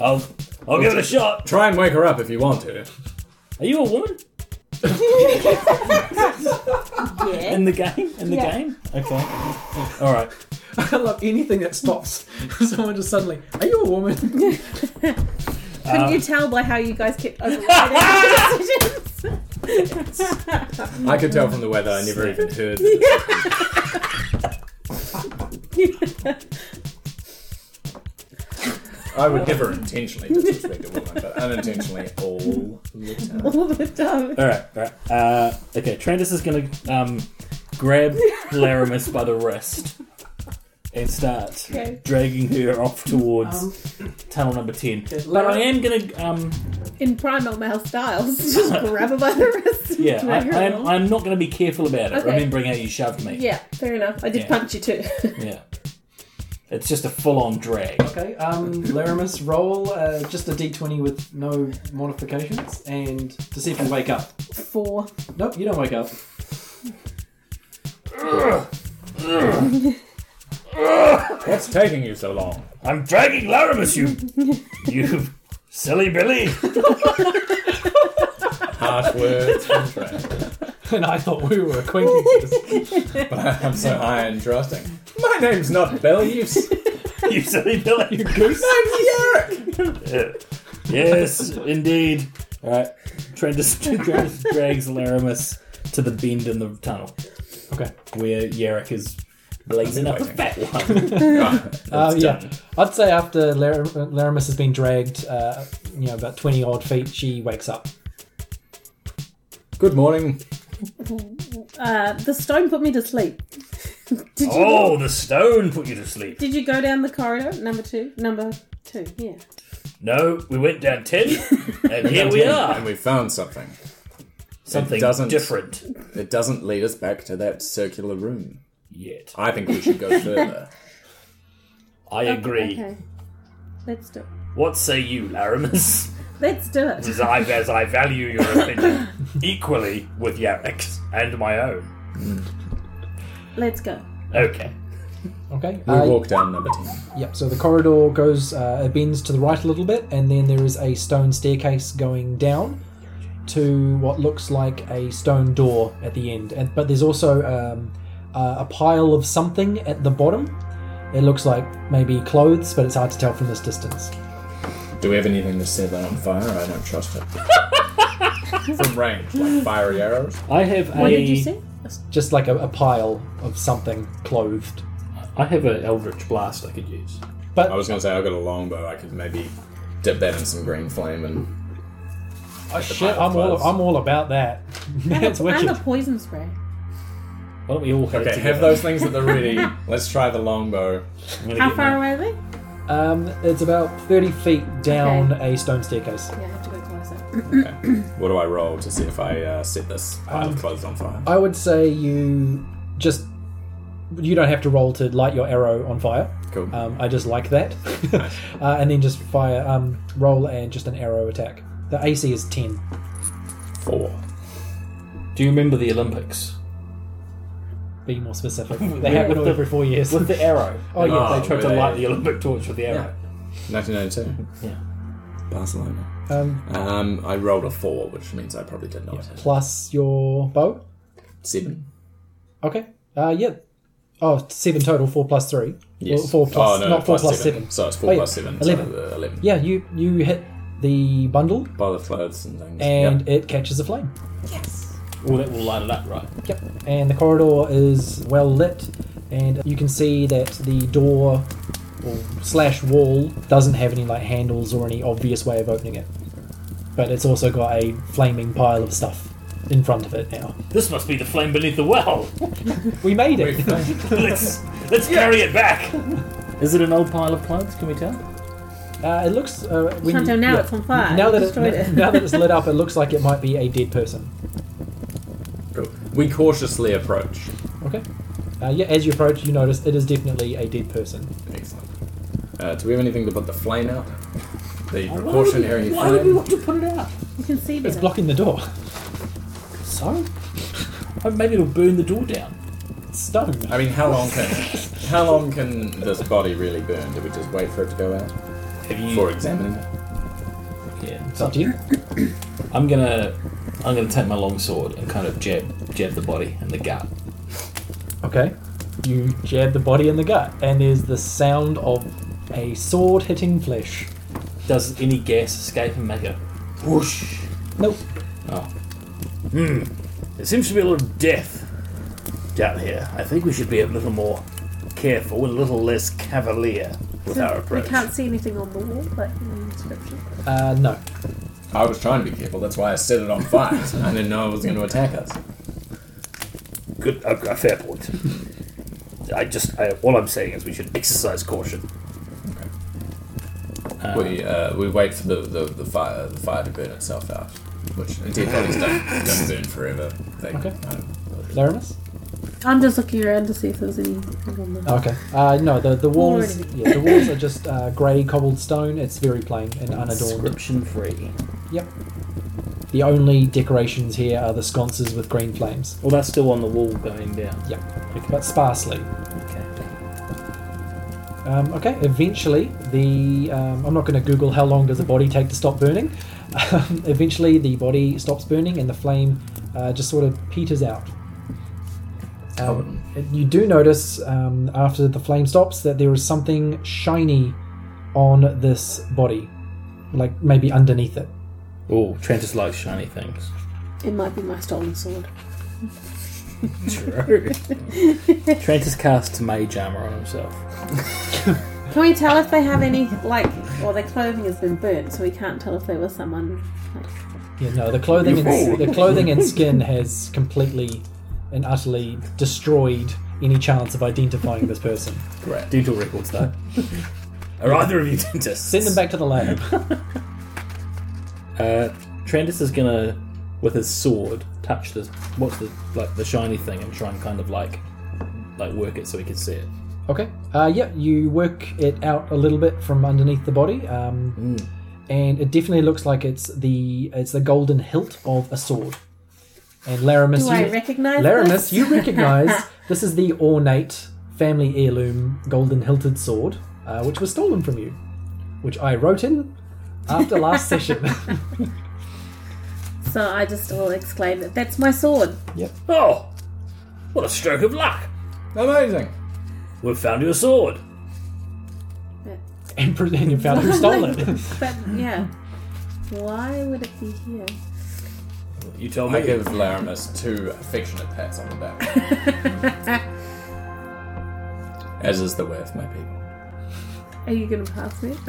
S2: I'll I'll give it a shot.
S3: Try and wake her up if you want to.
S2: Are you a woman
S4: Yeah.
S2: in the game? In the
S4: Yeah.
S2: game? Okay. All right.
S1: (laughs) I love anything that stops. (laughs) Someone just suddenly, are you a woman?
S5: Couldn't you tell by how you guys kept overriding decisions?
S3: I could tell from the weather. I never even heard. I would never intentionally disrespect a woman, but unintentionally all the
S4: (laughs)
S3: time.
S5: All the time.
S2: All right. All right. Uh, okay. Trantis is gonna um, grab Laramus by the wrist and start
S5: Okay.
S2: dragging her off towards tunnel number ten. But I am gonna um,
S5: In primal male styles.
S4: (laughs)
S5: Just grab her by the wrist. and
S2: yeah. I,
S5: drag her
S2: I'm,
S5: along.
S2: I'm not gonna be careful about it.
S5: Okay.
S2: Remembering how you shoved me.
S5: Yeah, fair enough. I did
S2: Yeah.
S5: punch you too. (laughs)
S2: Yeah. It's just a full-on drag.
S1: okay, um, Laramus, roll uh, just a d20 with no modifications and to see if you wake up.
S2: (laughs)
S5: Four.
S1: Nope, you don't wake up.
S3: What's taking you so long?
S2: I'm dragging Laramus, you,
S5: (laughs)
S2: you silly Billy. (laughs)
S3: Harsh words from Trent.
S1: (laughs) And I thought we were acquaintances.
S3: But (laughs) I'm so high and trusting. My name's not Bill, you s-
S2: You silly Billy,
S1: (laughs)
S2: you goose.
S3: I'm Yarrick!
S2: yes, indeed. All right, (laughs) Trentus, Trentus drags Laramus to the bend in the tunnel
S1: okay.
S2: where Yarrick is blazing up a fat one.
S1: Uh,
S3: That's
S1: yeah,
S3: done.
S1: I'd say after Lar- Laramus has been dragged, uh, you know, about 20 odd feet, she wakes up.
S3: (laughs) Good morning.
S5: Uh, the stone put me to sleep. (laughs) did you
S2: Oh, the stone put you to sleep.
S5: Did you go down the corridor? Number two? Number two, yeah.
S2: No, we went down ten, and here we
S3: And
S2: are.
S3: we found something.
S2: Something
S3: doesn't-
S2: different
S3: It doesn't lead us back to that circular room.
S2: yet.
S3: I think we
S2: (laughs)
S3: should go further.
S2: I agree.
S5: Okay. Let's do it.
S2: What say you, Laramus? (laughs)
S5: Let's do it.
S2: as I, as I value your (laughs) opinion equally with Yarek's and my own.
S5: Let's go.
S2: Okay.
S1: Okay.
S3: We
S1: uh,
S3: walk down number 10.
S1: Yep. So the corridor goes, uh, it bends to the right a little bit, and then there is a stone staircase going down to what looks like a stone door at the end. And but there's also um, uh, a pile of something at the bottom. It looks like maybe clothes, but it's hard to tell from this distance.
S3: Do we have anything to set that on fire? I don't trust it.
S2: (laughs)
S3: From range, like fiery arrows.
S2: I have
S5: What
S2: a.
S5: did you
S2: (laughs)
S5: see?
S1: Just like a, a pile of something clothed.
S2: I have an Eldritch Blast I could use.
S1: But
S3: I was going to say I've got a longbow. I could maybe dip that in some green flame and
S1: oh, shit,
S3: pile of
S1: I'm all
S3: clothes.
S1: I'm all about (laughs) that. That's
S5: And
S1: wicked.
S5: the poison spray.
S2: Why don't we all have
S3: okay. Have those things at the ready. (laughs) Let's try the longbow.
S5: How far away are they?
S1: Um, it's about 30 feet down a stone staircase.
S5: Yeah, I have to go closer.
S3: What do I roll to see if I uh, set this pile of clothes on fire?
S1: I would say you just you don't have to roll to light your arrow on fire.
S3: Cool.
S1: Um, I just like
S3: (laughs)
S1: that, (laughs) uh, and then just fire um, roll and just an arrow attack. The AC is ten.
S3: Four.
S2: Do you remember the Olympics?
S1: Be more
S3: (laughs)
S1: specific. They happen all
S2: the-
S1: every four years.
S2: With the arrow.
S1: Oh yeah.
S3: Ah.
S2: They tried to
S3: Right.
S2: light the Olympic torch with the arrow.
S3: 1992.
S2: Yeah.
S3: Barcelona.
S1: Um,
S3: Um, I rolled a four, which means I probably did not. hit.
S1: plus your bow.
S3: Seven.
S1: Okay. Uh, yeah. Oh, seven total. Four plus three.
S3: Yes.
S1: Four plus.
S3: Oh, no,
S1: not four plus
S3: seven.
S1: seven.
S3: So it's four
S1: Oh, yeah.
S3: plus seven.
S1: Eleven.
S3: So, uh, Eleven.
S1: Yeah. You you hit the bundle
S3: By the clothes and things.
S1: and
S3: Yep.
S1: it catches a flame.
S2: Well, that will light it up, right?
S1: Yep. And the corridor is well lit, and you can see that the door or slash wall doesn't have any like handles or any obvious way of opening it. But it's also got a flaming pile of stuff. in front of it now.
S2: This must be the flame beneath the (laughs) well.
S1: We made it.
S2: Let's let's carry it back. Is it an old pile of clothes? Can we tell?
S1: (laughs) Uh, it looks. Uh, when
S5: Can't
S1: you-
S5: tell now,
S1: yeah.
S5: it's on fire.
S1: Now that
S5: You
S1: it's
S5: destroyed it.
S1: now that it's lit
S5: (laughs)
S1: up, it looks like it might be a dead person.
S3: Cool. We cautiously approach.
S1: Okay. Uh, yeah, as you approach, you notice it is definitely a dead person.
S3: Excellent. Uh, do we have anything to put the flame out? The
S2: Why would we-
S3: precautionary
S2: Why would we
S3: flame.
S2: want to put it out?
S5: You can see
S1: It's
S5: better.
S1: blocking the door. (laughs)
S2: So, Oh, maybe it'll burn the door down.
S1: Stone.
S3: I mean, how long can how long can this body really burn? Do we just wait for it to go out
S2: Have you?
S3: before examining it?
S2: Yeah.
S1: It's up to you.
S2: I'm gonna I'm gonna take my long sword and kind of jab jab the body and the gut.
S1: Okay. You jab the body in the gut, and there's the sound of a sword hitting flesh.
S2: Does any gas escape and make a whoosh?
S1: Nope.
S2: Oh. Hmm. There seems to be a lot of death down here. I think we should be a little more careful and a little less cavalier with our
S5: We
S2: approach.
S5: can't see anything on the wall, but in the inscription.
S1: Uh, no.
S3: I was trying to be careful. That's why I set it on fire. I didn't know it was going to attack us.
S2: Good, a, a fair point. (laughs) I just I, all I'm saying is we should exercise caution.
S3: we uh, we wait for the, the, the fire the fire to burn itself out, which dead bodies don't, don't burn forever. They,
S1: Okay.
S3: um,
S1: Laramus?
S4: I'm just looking around to see if there's anything on the.
S1: Okay. Uh, no, the, the walls yeah, the walls are just uh, grey cobbled stone. It's very plain and unadorned.
S2: Inscription free.
S1: Yep. The only decorations here are the sconces with green flames.
S2: Well, that's still on the wall going down.
S1: Yep. But sparsely.
S2: Okay.
S1: Um, okay, eventually the um, I'm not going to Google how long does a body take to stop burning. Um, (laughs) eventually the body stops burning and the flame uh, just sort of peters out. Um, you do notice um, after the flame stops that there is something shiny on this body, like maybe underneath it.
S2: Oh, Trentus likes shiny things.
S4: It might be my stolen sword.
S2: True. Trentus casts mage armor on himself.
S4: Can we tell if they have any like, or their clothing has been burnt, so we can't tell if they were someone like
S1: Yeah, no, the clothing and, the clothing and skin has completely and utterly destroyed any chance of identifying this person.
S2: Great. Dental records, though. (laughs) Are either of you dentists?
S1: Send them back to the lab.
S2: Uh, Trandis is gonna, with his sword, touch the what's the like the shiny thing and try and kind of like like work it so he can see it.
S1: Okay. Uh, yeah, you work it out a little bit from underneath the body, um,
S2: Mm.
S1: and it definitely looks like it's the it's the golden hilt of a sword. And Laramus,
S4: Do I
S1: you,
S4: recognise
S1: Laramus,
S4: this? (laughs)
S1: you recognise this is the ornate family heirloom golden hilted sword, uh, which was stolen from you, which I wrote in after last session.
S4: (laughs)
S1: (laughs)
S4: So I just will exclaim that that's my sword.
S2: Oh, what a stroke of luck!
S3: Amazing.
S2: We've found you a sword.
S1: and, pre- and you found who stole
S4: (laughs)
S1: it.
S4: But yeah, why would it be here?
S2: You tell
S3: I
S2: me.
S3: give Laramus two affectionate pats on the back, as is the way of my people.
S4: Are you gonna pass me? (laughs)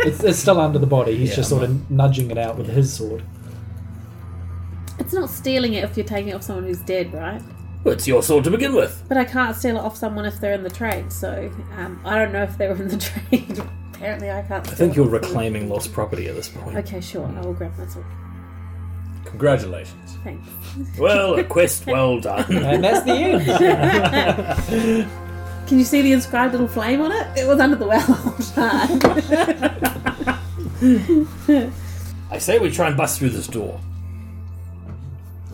S1: it's, it's still under the body. He's
S2: Yeah,
S1: just
S2: I'm
S1: sort of nudging it out with his sword.
S4: It's not stealing it if you're taking it off someone who's dead, right?
S2: Well, it's your sword to begin with.
S4: But I can't steal it off someone if they're in the trade. So um, I don't know if they were in the (laughs) trade. Apparently, I can't.
S2: I think you're reclaiming lost property at this point.
S4: Okay, sure. I will grab my sword.
S3: Congratulations.
S4: Thanks.
S2: Well, a quest well done. (laughs)
S1: And that's the end.
S4: Can you see the inscribed little flame on it? It was under the well the whole time.
S2: (laughs) I say we try and bust through this door.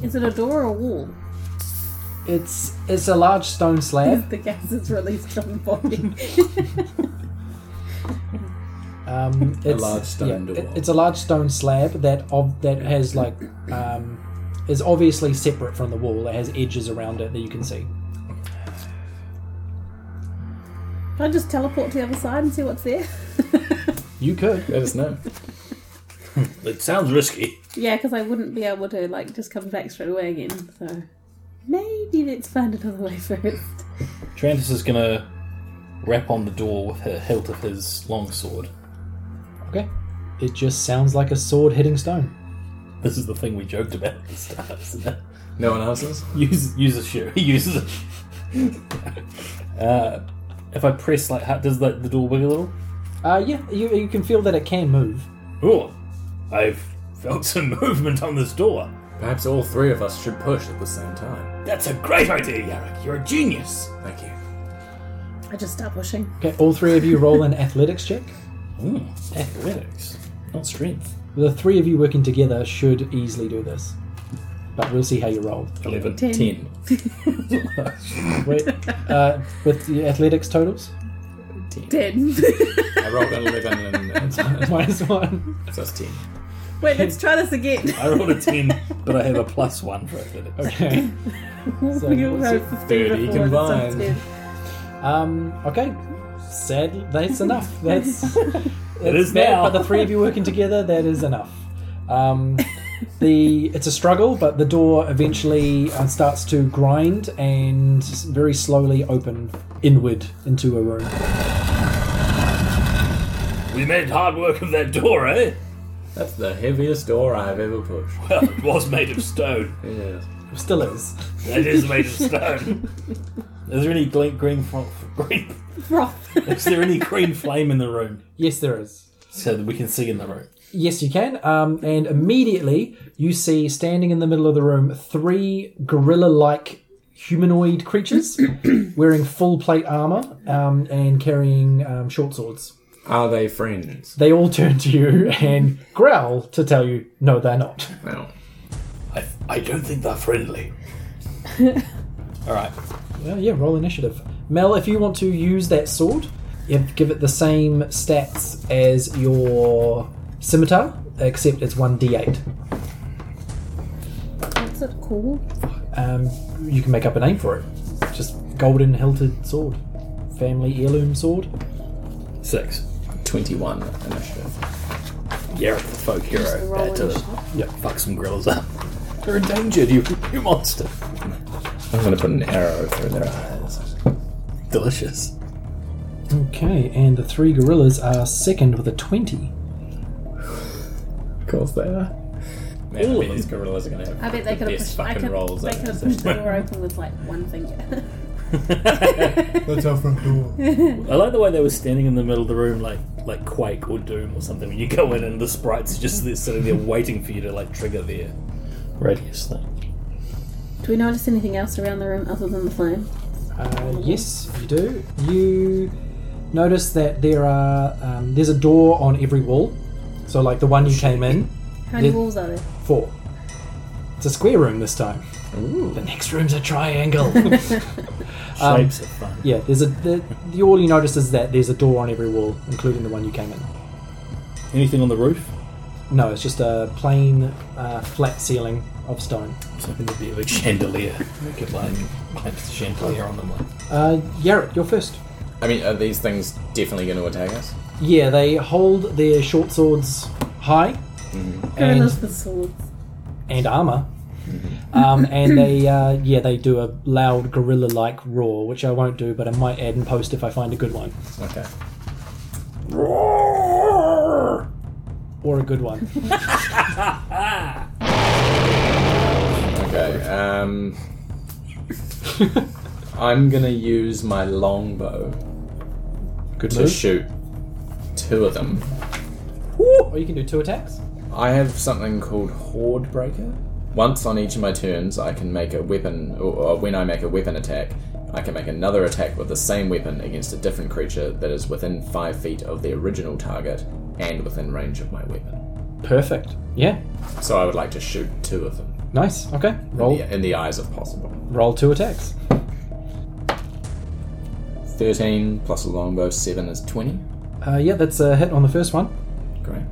S4: Is it a door or a wall?
S1: It's it's a large stone slab.
S4: The gas is released from the body. (laughs)
S1: Um,
S3: (laughs)
S1: it's,
S3: large stone door.
S1: it's a large stone slab that of that has like um, is obviously separate from the wall. It has edges around it that you can see.
S4: Can I just teleport to the other side and see what's there?
S1: You could.
S3: Let us know.
S2: It sounds risky.
S4: Yeah, because I wouldn't be able to like just come back straight away again. So maybe let's find another way first.
S2: Trantis is gonna rap on the door with her hilt of his longsword.
S1: Okay. It just sounds like a sword hitting stone.
S2: This is the thing we joked about at the start. Isn't it?
S3: No one else's?
S2: Use (laughs) use a shoe. He uses a. uh, if I press like, how, does the, the door wiggle a little?
S1: Uh, yeah, you, you can feel that it can move.
S2: Oh, I've felt some (laughs) movement on this door.
S3: Perhaps all three of us should push at the same time.
S2: That's a great idea, Yarrick. You're a genius.
S3: Thank you.
S5: I just start pushing.
S1: Okay, all three of you roll
S3: (laughs)
S1: an athletics check.
S2: Mm, athletics, not strength.
S1: The three of you working together should easily do this. But we'll see how you roll.
S3: 11.
S5: Ten.
S3: 10.
S1: Wait, uh, with your athletics totals? (laughs)
S5: Ten.
S3: I rolled an 11 and, and,
S1: Minus one.
S3: so it's 10.
S5: Wait, let's try this again.
S2: I rolled a
S4: (laughs)
S2: ten, (laughs) but I have a plus one for athletics.
S1: Okay.
S5: we all
S1: what's
S5: have
S1: it?
S5: 15
S3: Thirty
S5: before, that's
S3: combined.
S5: upstairs.
S1: Um, okay. Sad. That's
S2: (laughs)
S1: enough. That's,
S2: It is
S1: bad,
S2: now.
S1: But the three of you working together, that is enough. Um, the it's a struggle, but the door eventually uh, starts to grind and s- very slowly open inward into a room.
S2: We made hard work of that door, eh?
S3: That's the heaviest door I've ever pushed.
S2: Well, it was made of stone.
S3: Yes.
S1: Still is.
S2: It is made of stone. (laughs) Is there any green, green, fro- green?
S5: Froth.
S2: Is there any green flame in the room
S1: Yes, there is.
S2: so that we can see in the room?
S1: Yes, you can. Um, and immediately you see standing in the middle of the room three gorilla like humanoid creatures wearing full plate armor um, and carrying um, short swords.
S3: Are they friends?
S1: They all turn to you and growl to tell you, no, they're not.
S3: Well,
S2: I, I don't think they're friendly. (laughs) All right.
S1: Well, yeah, roll initiative. Mel, if you want to use that sword, you have to give it the same stats as your scimitar, except it's 1d8.
S5: What's it called?
S1: um, you can make up a name for it. Just golden hilted sword, family heirloom sword.
S2: Six.
S3: 21 initiative.
S2: Yarrick the folk hero.
S4: roll
S2: Had
S4: in
S2: to
S4: shot.
S2: fuck some gorillas up. They're endangered, you, you monster.
S3: I'm going to put an arrow through their eyes.
S2: Delicious. (laughs)
S1: Okay, and the three gorillas are second with a 20.
S3: Of course they are. Man, I
S2: All
S3: mean,
S2: of
S3: these gorillas are going to have
S5: I bet they
S3: the
S5: could have
S3: best
S5: pushed. I
S3: fucking
S5: could,
S3: rolls
S5: they
S3: ever.
S5: could have pushed the door open with like one finger. (laughs)
S3: That's our front door.
S2: I like the way they were standing in the middle of the room, like like Quake or Doom or something. When you go in and the sprites are just there sitting there waiting for you to like trigger their radius thing.
S5: (laughs) Do we notice anything else around the room other than the flame?
S1: Uh, yes, you do. You notice that there are um, there's a door on every wall. So like the one you came in,
S5: How many
S1: Yeah.
S5: walls
S1: (laughs)
S5: are there? (laughs)
S1: four. It's a square room this time.
S3: Ooh.
S1: The next room's a
S4: (laughs)
S1: triangle. Um,
S2: Shapes are fun.
S1: yeah, there's a the, the all you notice is that there's a door on every wall, including the one you came in.
S2: Anything on the roof?
S1: No, it's just a plain, uh, flat ceiling of stone.
S2: Something would be like chandelier. We could like clamp the chandelier on them. Like.
S1: Uh, Yarrick, you're first.
S3: I mean, are these things definitely going to attack us?
S1: Yeah, they hold their short swords high
S5: Gorillas
S1: and,
S5: with swords.
S1: and armor. Um, and they, uh, yeah, they do a loud gorilla-like roar, which I won't do, but I might add and post if I find a good one
S3: Okay.
S1: or a good one.
S3: Okay. Um, I'm gonna use my longbow
S1: Good
S3: to shoot two of them.
S1: Or Oh, you can do two attacks.
S3: I have something called Horde Breaker. Once on each of my turns, I can make a weapon, or, or when I make a weapon attack, I can make another attack with the same weapon against a different creature that is within five feet of the original target and within range of my weapon.
S1: Perfect. Yeah.
S3: So I would like to shoot two of them
S1: Nice. Okay.
S3: in
S1: Roll.
S3: the, in the eyes if possible.
S1: Roll two attacks.
S3: 13 plus a longbow, 7 is 20.
S1: Uh, yeah, that's a hit on the first one.
S3: Great.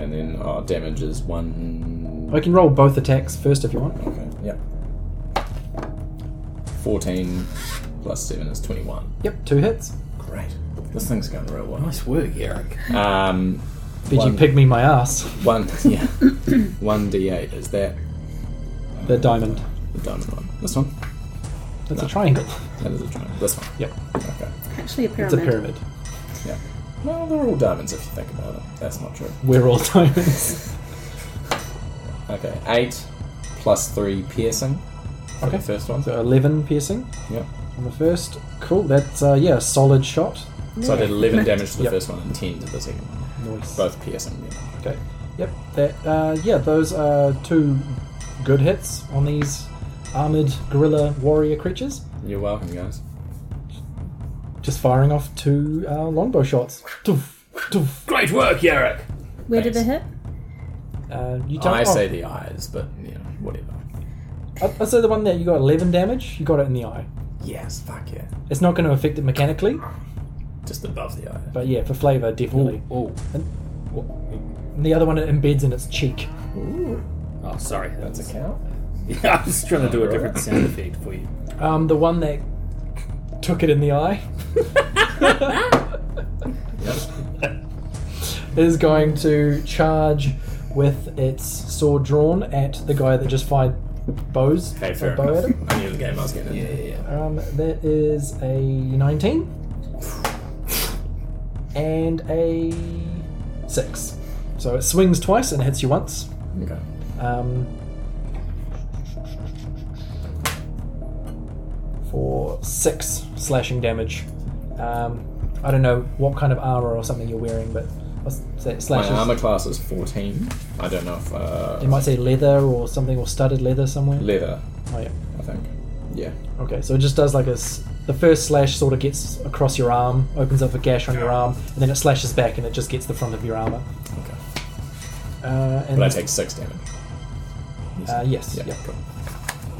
S3: And then our damage is 1.
S1: I can roll both attacks first if you want.
S3: Okay, yep. 14 plus 7 is 21.
S1: Yep, two hits.
S3: Great. This thing's going real well.
S2: Nice work, Eric.
S3: Um,
S1: Fiji
S3: One.
S1: pig me my ass.
S3: 1, (laughs) yeah. 1d8 is that
S1: The diamond.
S3: the diamond one? This one?
S1: That's a triangle.
S3: That is a diamond. This one?
S1: (laughs) Yep.
S3: Okay.
S5: Actually, a
S1: It's a
S5: pyramid.
S1: pyramid. (laughs)
S3: Yeah. Well, they're all diamonds if you think about it. That's not true.
S1: We're all diamonds.
S3: Okay, eight plus three piercing. For
S1: Okay.
S3: the first one.
S1: So 11 piercing
S3: Yep.
S1: on the first. Cool, that's, uh, yeah, a solid shot.
S3: So I
S1: (laughs)
S3: did 11 damage to the
S1: Yep.
S3: first one and 10 to the second one.
S1: Nice.
S3: Both piercing. Yeah.
S1: Okay. Yep. That. Uh, yeah. Those are two good hits on these armored gorilla warrior creatures.
S3: You're welcome, guys.
S1: Just firing off two uh, longbow shots. Toof, toof.
S3: Great work, Yarrick!
S5: Where did they
S3: Thanks.
S5: hit?
S1: Uh, you tell
S3: I
S1: oh,
S3: say the eyes, but, you know, whatever.
S1: I, I say the one that you got eleven damage. You got it in the eye.
S3: Yes, fuck yeah.
S1: It's not going to affect it mechanically,
S3: Just above the eye.
S1: but yeah, for flavor, definitely.
S2: Oh,
S1: And the other one it embeds in its cheek.
S2: oh, sorry. That's
S3: That's a cow?
S2: (laughs) Yeah, I was trying to do a different sound effect for you.
S1: Um, the one that took it in the eye
S3: (laughs)
S1: is going to charge with its sword drawn at the guy that just fired bows.
S3: Okay,
S1: a
S3: fair
S1: bow
S3: enough.
S1: at him.
S3: I knew the game I was getting into. Yeah, yeah,
S1: Um, that is a 19 and a 6. So it swings twice and hits you once.
S3: yeah. Okay.
S1: Um, for six slashing damage. Um, I don't know what kind of armor or something you're wearing, but what's that
S3: My
S1: slashes.
S3: armor class is 14. I don't know if.
S1: It
S3: Uh,
S1: might say leather or something, or studded leather somewhere.
S3: leather,
S1: oh, yeah.
S3: I think. Yeah.
S1: Okay, so it just does like a. s- The first slash sort of gets across your arm, opens up a gash on your arm, and then it slashes back and it just gets the front of your armor.
S3: Okay.
S1: Uh, and
S3: But I take 6 damage.
S1: Uh, yes.
S3: Yeah,
S1: yep.
S3: cool.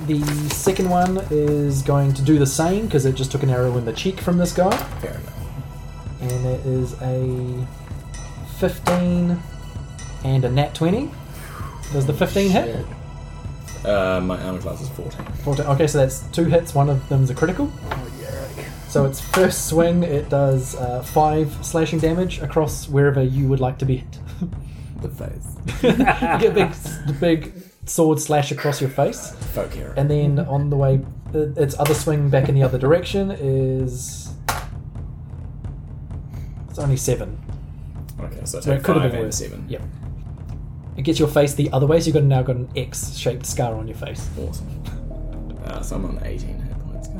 S1: The second one is going to do the same because it just took an arrow in the cheek from this guy,
S3: Fair enough.
S1: and it is a 15 and a nat 20. Does the 15 hit?
S3: Uh, my armor class is 14.
S1: 14. Okay, so that's two hits. One of them's a critical. So its first swing, it does uh, five slashing damage across wherever you would like to be hit. (laughs)
S3: The face.
S1: you get a big, big sword slash across your face.
S3: Folk hero.
S1: And then on the way, i- its other swing back in the other direction is. It's only seven.
S3: okay, so
S1: So
S3: I take
S1: it could have
S3: 5
S1: been
S3: and
S1: worse.
S3: 7.
S1: Yep. It gets your face the other way, so you've got now got an X shaped scar on your face.
S3: Awesome. Uh, so I'm on 18 hit points, guys.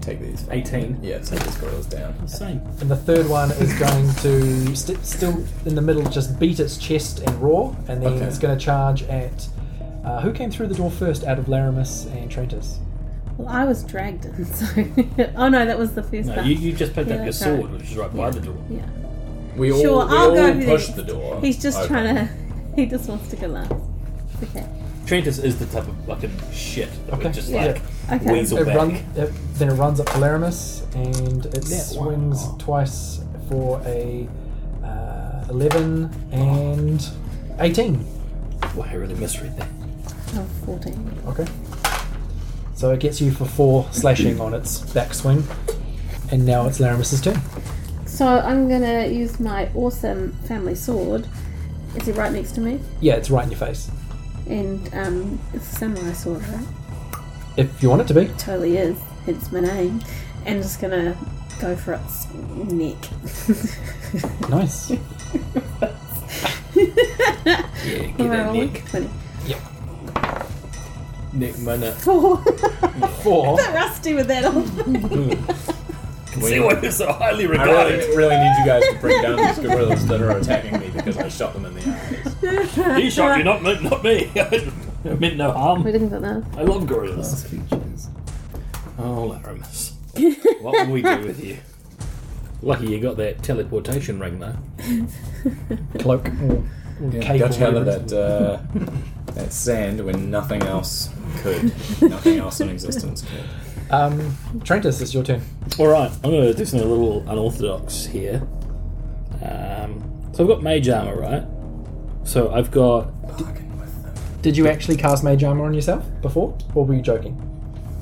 S3: Take these.
S2: 18.
S3: Yeah, take these gorillas down.
S2: Same.
S1: And the third one is going to st- still in the middle, just beat its chest and roar, and then
S3: Okay.
S1: it's going to charge at. Uh, who came through the door first out of Laramus and Traitors?
S5: (laughs) Well, I was dragged in, (laughs) so. oh no, that was the first
S2: No,
S5: one.
S2: you, you just picked
S5: Yeah,
S2: up your
S5: that's
S2: sword,
S5: right.
S2: which is right by the door.
S5: Yeah.
S3: We all,
S5: Sure,
S3: we
S5: I'll
S3: all
S5: go next.
S3: push the door.
S5: He's just
S3: open.
S5: trying to. (laughs) He just wants to go last. Okay.
S2: Trentus is the type of fucking shit that
S1: Okay.
S2: would just
S1: Yeah.
S2: like
S5: Okay.
S2: weasel
S1: It
S2: back.
S1: run, it, then it runs up to Laramus and it
S2: That one.
S1: swings twice for a uh, 11 and 18.
S2: Well, I really misread that.
S5: Oh, 14.
S1: Okay. So it gets you for 4 slashing on its backswing. And now it's Laramus's turn.
S4: So I'm gonna use my awesome family sword. Is it right next to me?
S1: Yeah, it's right in your face.
S4: And um, it's a samurai sword, right?
S1: If you want it to be.
S4: Totally is. Hence my name. And just gonna go for its neck.
S1: (laughs)
S4: (laughs)
S1: Nice.
S2: Yeah, get that
S4: Roll
S2: neck,
S4: 20.
S2: neck minute.
S4: (laughs)
S1: Four.
S5: Rusty with that old.
S3: We-
S2: See what is so highly
S3: I
S2: regarded.
S3: really, really need you guys to bring down these gorillas that are attacking me because I shot them in the eyes.
S2: He shot you, not me. Not (laughs) me. I meant no
S4: We
S2: harm.
S4: didn't got that.
S2: I love gorillas. Oh, Laramus. what will we do with you? Lucky you got that teleportation ring, though.
S1: Cloak. Or, or
S3: Yeah,
S1: cape
S3: got
S1: or
S3: you out
S1: whatever
S3: of
S1: it is.
S3: that, (laughs) uh, that sand when nothing else
S5: (laughs)
S3: could. nothing else in existence could.
S1: Um, Trentus, it's your turn.
S2: All right, I'm going to do something a little unorthodox here. Um, so I've got mage armor, right? So I've got.
S3: Fucking with them.
S1: Did you actually cast Mage Armor on yourself before? Or were you joking?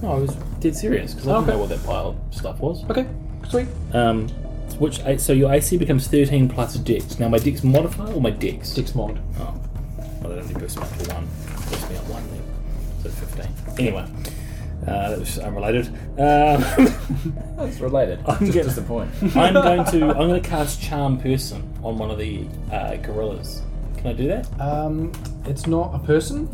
S2: No, I was dead serious because I didn't
S1: Okay.
S2: know what that pile of stuff was.
S1: Okay, sweet.
S2: Um, which I, so your AC becomes 13 plus Dex. Now my Dex modifier or my Dex?
S1: Six mod.
S2: Oh, well, that only boosts me up to one. Boosts me up one then, so 15. Anyway, uh, that was unrelated. Um, (laughs)
S3: That's related.
S2: I'm
S3: just
S2: getting-
S3: disappointed.
S2: I'm going to I'm going to cast Charm Person on one of the uh, gorillas. Can Can I do that?
S1: Um, it's not a person.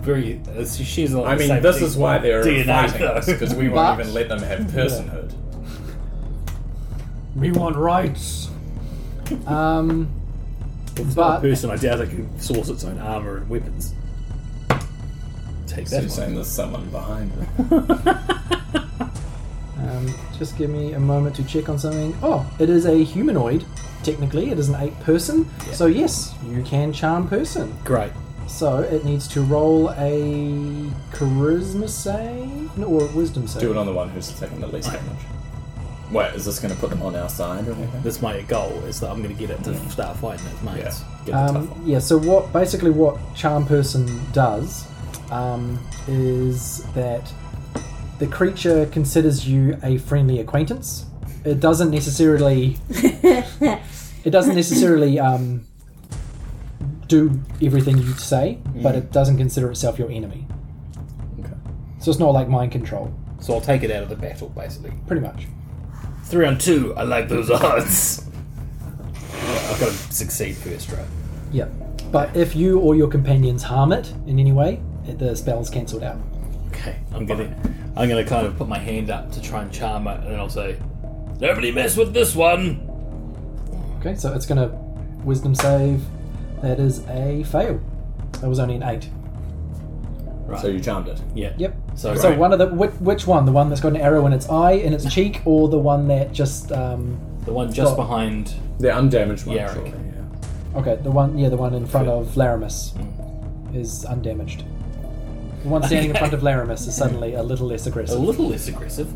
S2: Very. uh, she- she's like
S3: I
S2: the
S3: mean,
S2: same
S3: this
S2: thing.
S3: is why they're
S2: DNA (laughs)
S3: fighting us
S2: though.
S3: because we won't
S1: But-
S3: even let them have personhood.
S1: We want rights. Um,
S2: If it's
S1: but-
S2: not a person, I doubt it can source its own armor and weapons. Take
S3: So
S2: that.
S3: you're
S2: one.
S3: saying there's someone
S2: (laughs)
S3: behind them.
S1: um, just give me a moment to check on something. Oh, it is a humanoid. Technically, it is an eight person. So yes, you can charm person.
S2: Great.
S1: So it needs to roll a charisma save no, or a wisdom save.
S3: Do it on the one who's taking the least damage. Wait, is this going to put them on our side or anything?
S2: That's my goal. Is that I'm going to get it to start fighting its mates.
S3: Yeah, get the tough
S1: Um,
S3: one.
S1: yeah. So what basically what charm person does um, is that the creature considers you a friendly acquaintance. It doesn't necessarily.
S4: (laughs)
S1: it doesn't necessarily um, do everything you say, but it doesn't consider itself your enemy.
S3: Okay.
S1: So it's not like mind control,
S2: So I'll take it out of the battle, basically.
S1: pretty much.
S2: Three on two. I like those odds. I've got to succeed first, right?
S1: Yeah. But if you or your companions harm it in any way, it- the spell's cancelled out.
S2: Okay, I'm gonna, I'm gonna kind of put my hand up to try and charm it, and I'll say, "Nobody mess with this one."
S1: Okay, so it's gonna wisdom save. That is a fail. That was only an eight.
S2: Right.
S3: So you charmed it.
S2: yeah.
S1: Yep.
S2: So,
S1: So
S2: right.
S1: one of the which, which one? The one that's got an arrow in its eye in its cheek, or the one that just um,
S2: the one just
S1: Oh.
S2: behind.
S3: The undamaged one,
S2: Yeah,
S3: surely.
S2: okay.
S3: Yeah.
S1: okay, the one yeah, the one in front of Laramus
S2: mm,
S1: is undamaged. The one standing in front of Laramus is suddenly a little less
S2: A
S1: aggressive.
S2: little less aggressive.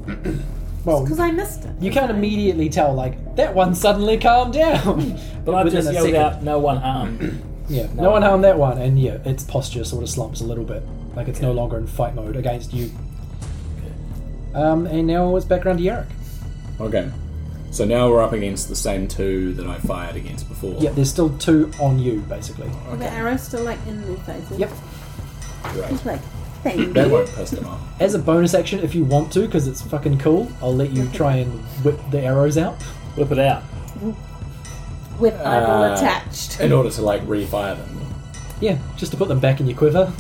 S1: Well,
S5: Because I missed it.
S1: Oh. you can't immediately tell like that one suddenly calmed down.
S2: But I
S1: Within
S2: just
S1: a
S2: yelled
S1: second.
S2: out, "No one
S1: (clears throat)
S2: harmed."
S1: Yeah, no, one harmed that one, and yeah, its posture sort of slumps a little bit, like it's no longer in fight mode against you. Um, and now it's back around to Yarrick.
S3: Okay. So now we're up against the same two that I fired against before.
S1: Yeah, there's still two on you, basically.
S5: The arrow's still like in their faces.
S1: Yep.
S3: Great.
S1: (laughs)
S5: He's like, thank
S3: That
S5: you.
S3: won't piss them off.
S1: As a bonus action, if you want to, because it's fucking cool, I'll let you try and whip the arrows out.
S2: Whip it out.
S5: With eyeball
S3: Uh,
S1: (laughs)
S5: attached.
S3: In order to like refire them.
S1: Yeah, just to put them back in your
S3: (laughs)
S1: quiver.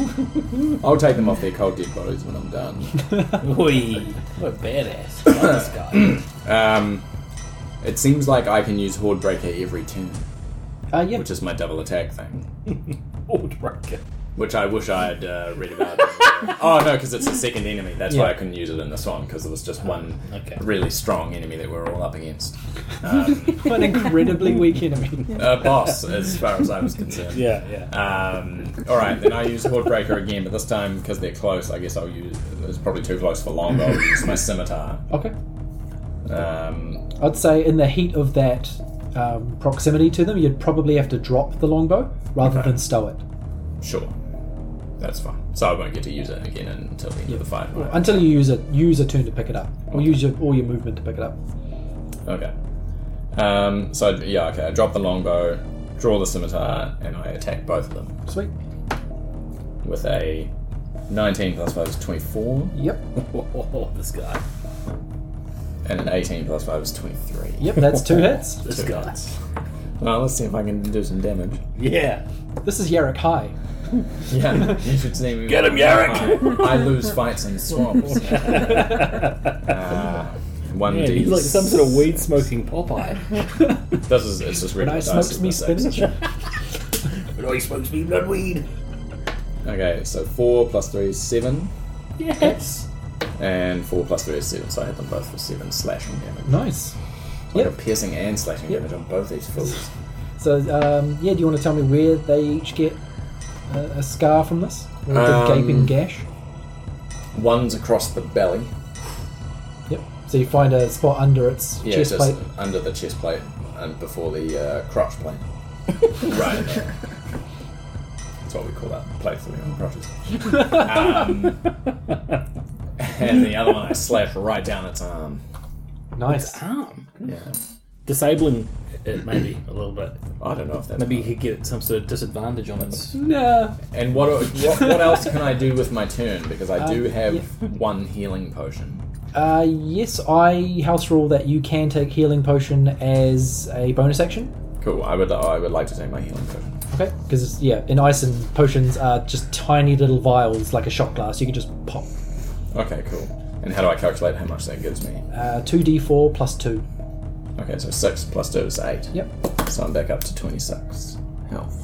S3: I'll take them off their cold dead bodies when
S2: (laughs)
S3: I'm done.
S1: Uh,
S2: Oi, what
S1: (clears throat)
S2: a badass! I love this guy.
S3: Um, it seems like I can use Horde Breaker every turn,
S1: Uh, yeah,
S3: which is my double attack thing,
S2: Ordbreaker.
S3: which I wish I had uh, read about. (laughs) oh no, because it's a second enemy. That's why
S1: Yeah.
S3: I couldn't use it in this one because it was just one
S2: Okay.
S3: really strong enemy that we were all up against. Um,
S1: (laughs) an incredibly
S3: (laughs)
S1: weak enemy.
S3: a Uh, boss, as far as I was concerned.
S2: Yeah,
S1: Uh,
S2: yeah.
S3: Um, all right, then I use Hordebreaker again, but this time because they're close, I guess I'll use. It's probably too close for longbow. I'll use my scimitar.
S1: Okay.
S3: Um,
S1: I'd say in the heat of that um, proximity to them, you'd probably have to drop the longbow rather
S3: Okay.
S1: than stow it.
S3: sure, that's fine. So I won't get to use it again until the end of the fight. right?
S1: Until you use a use a turn to pick it up, or use your all your movement to pick it up.
S3: Okay. Um, so I'd- yeah, okay. I drop the longbow, draw the scimitar, and I attack both of them
S1: Sweet.
S3: with a 19 plus 5 is 24,
S1: Yep.
S2: Oh, this guy.
S3: and an 18 plus 5 is 23.
S1: Yep. That's (laughs) two hits.
S2: This
S3: Two
S2: guy.
S3: hits. Well, let's see if I can do some damage.
S1: (laughs)
S2: Yeah.
S1: This is Yarrick (laughs) High.
S3: Yeah, (laughs) you should see me.
S2: Get him, Yarrick!
S3: I lose fights in swamps. Uh, one
S2: Yeah,
S3: d.
S2: he's like some sort of weed smoking Popeye.
S3: This is it's just
S1: When
S3: regular
S1: I
S3: dice,
S1: smoked
S3: it's
S1: me
S3: the same.
S1: spinach. (laughs)
S2: but he smokes me bloodweed.
S3: Okay, so four plus three is seven,
S2: Yes.
S3: and four plus three is seven. So I hit them both for seven slashing damage.
S1: Nice.
S3: Like
S1: Yep.
S3: a piercing and slashing
S1: Yep.
S3: damage on both these fools.
S1: So um, yeah, do you want to tell me where they each get a, a scar from this, or a
S3: Um,
S1: big gaping gash?
S3: One's across the belly.
S1: Yep. So you find a spot under its
S3: Yeah,
S1: chest
S3: just
S1: plate.
S3: under the chest plate and before the uh, crotch plate. (laughs) right in there. That's what we call that plate three on crotches. um, and the other one I slapped right down its arm.
S1: Nice.
S2: Harm.
S3: Yeah.
S2: Disabling it maybe a little bit.
S3: I don't know if that's
S2: Maybe he could get some sort of disadvantage on it.
S1: Nah.
S3: And what, what what else can I do with my turn? Because I do
S1: Um,
S3: have
S1: yeah.
S3: one healing potion.
S1: Uh, yes, I house rule that you can take healing potion as a bonus action.
S3: Cool. I would. I would like to take my healing potion.
S1: Okay, because yeah, in ice and potions are just tiny little vials like a shot glass. You can just pop
S3: Okay. Cool. And how do I calculate how much that gives me?
S1: uh, two d4 plus two.
S3: Okay. So six plus two is eight.
S1: Yep.
S3: So I'm back up to twenty-six health.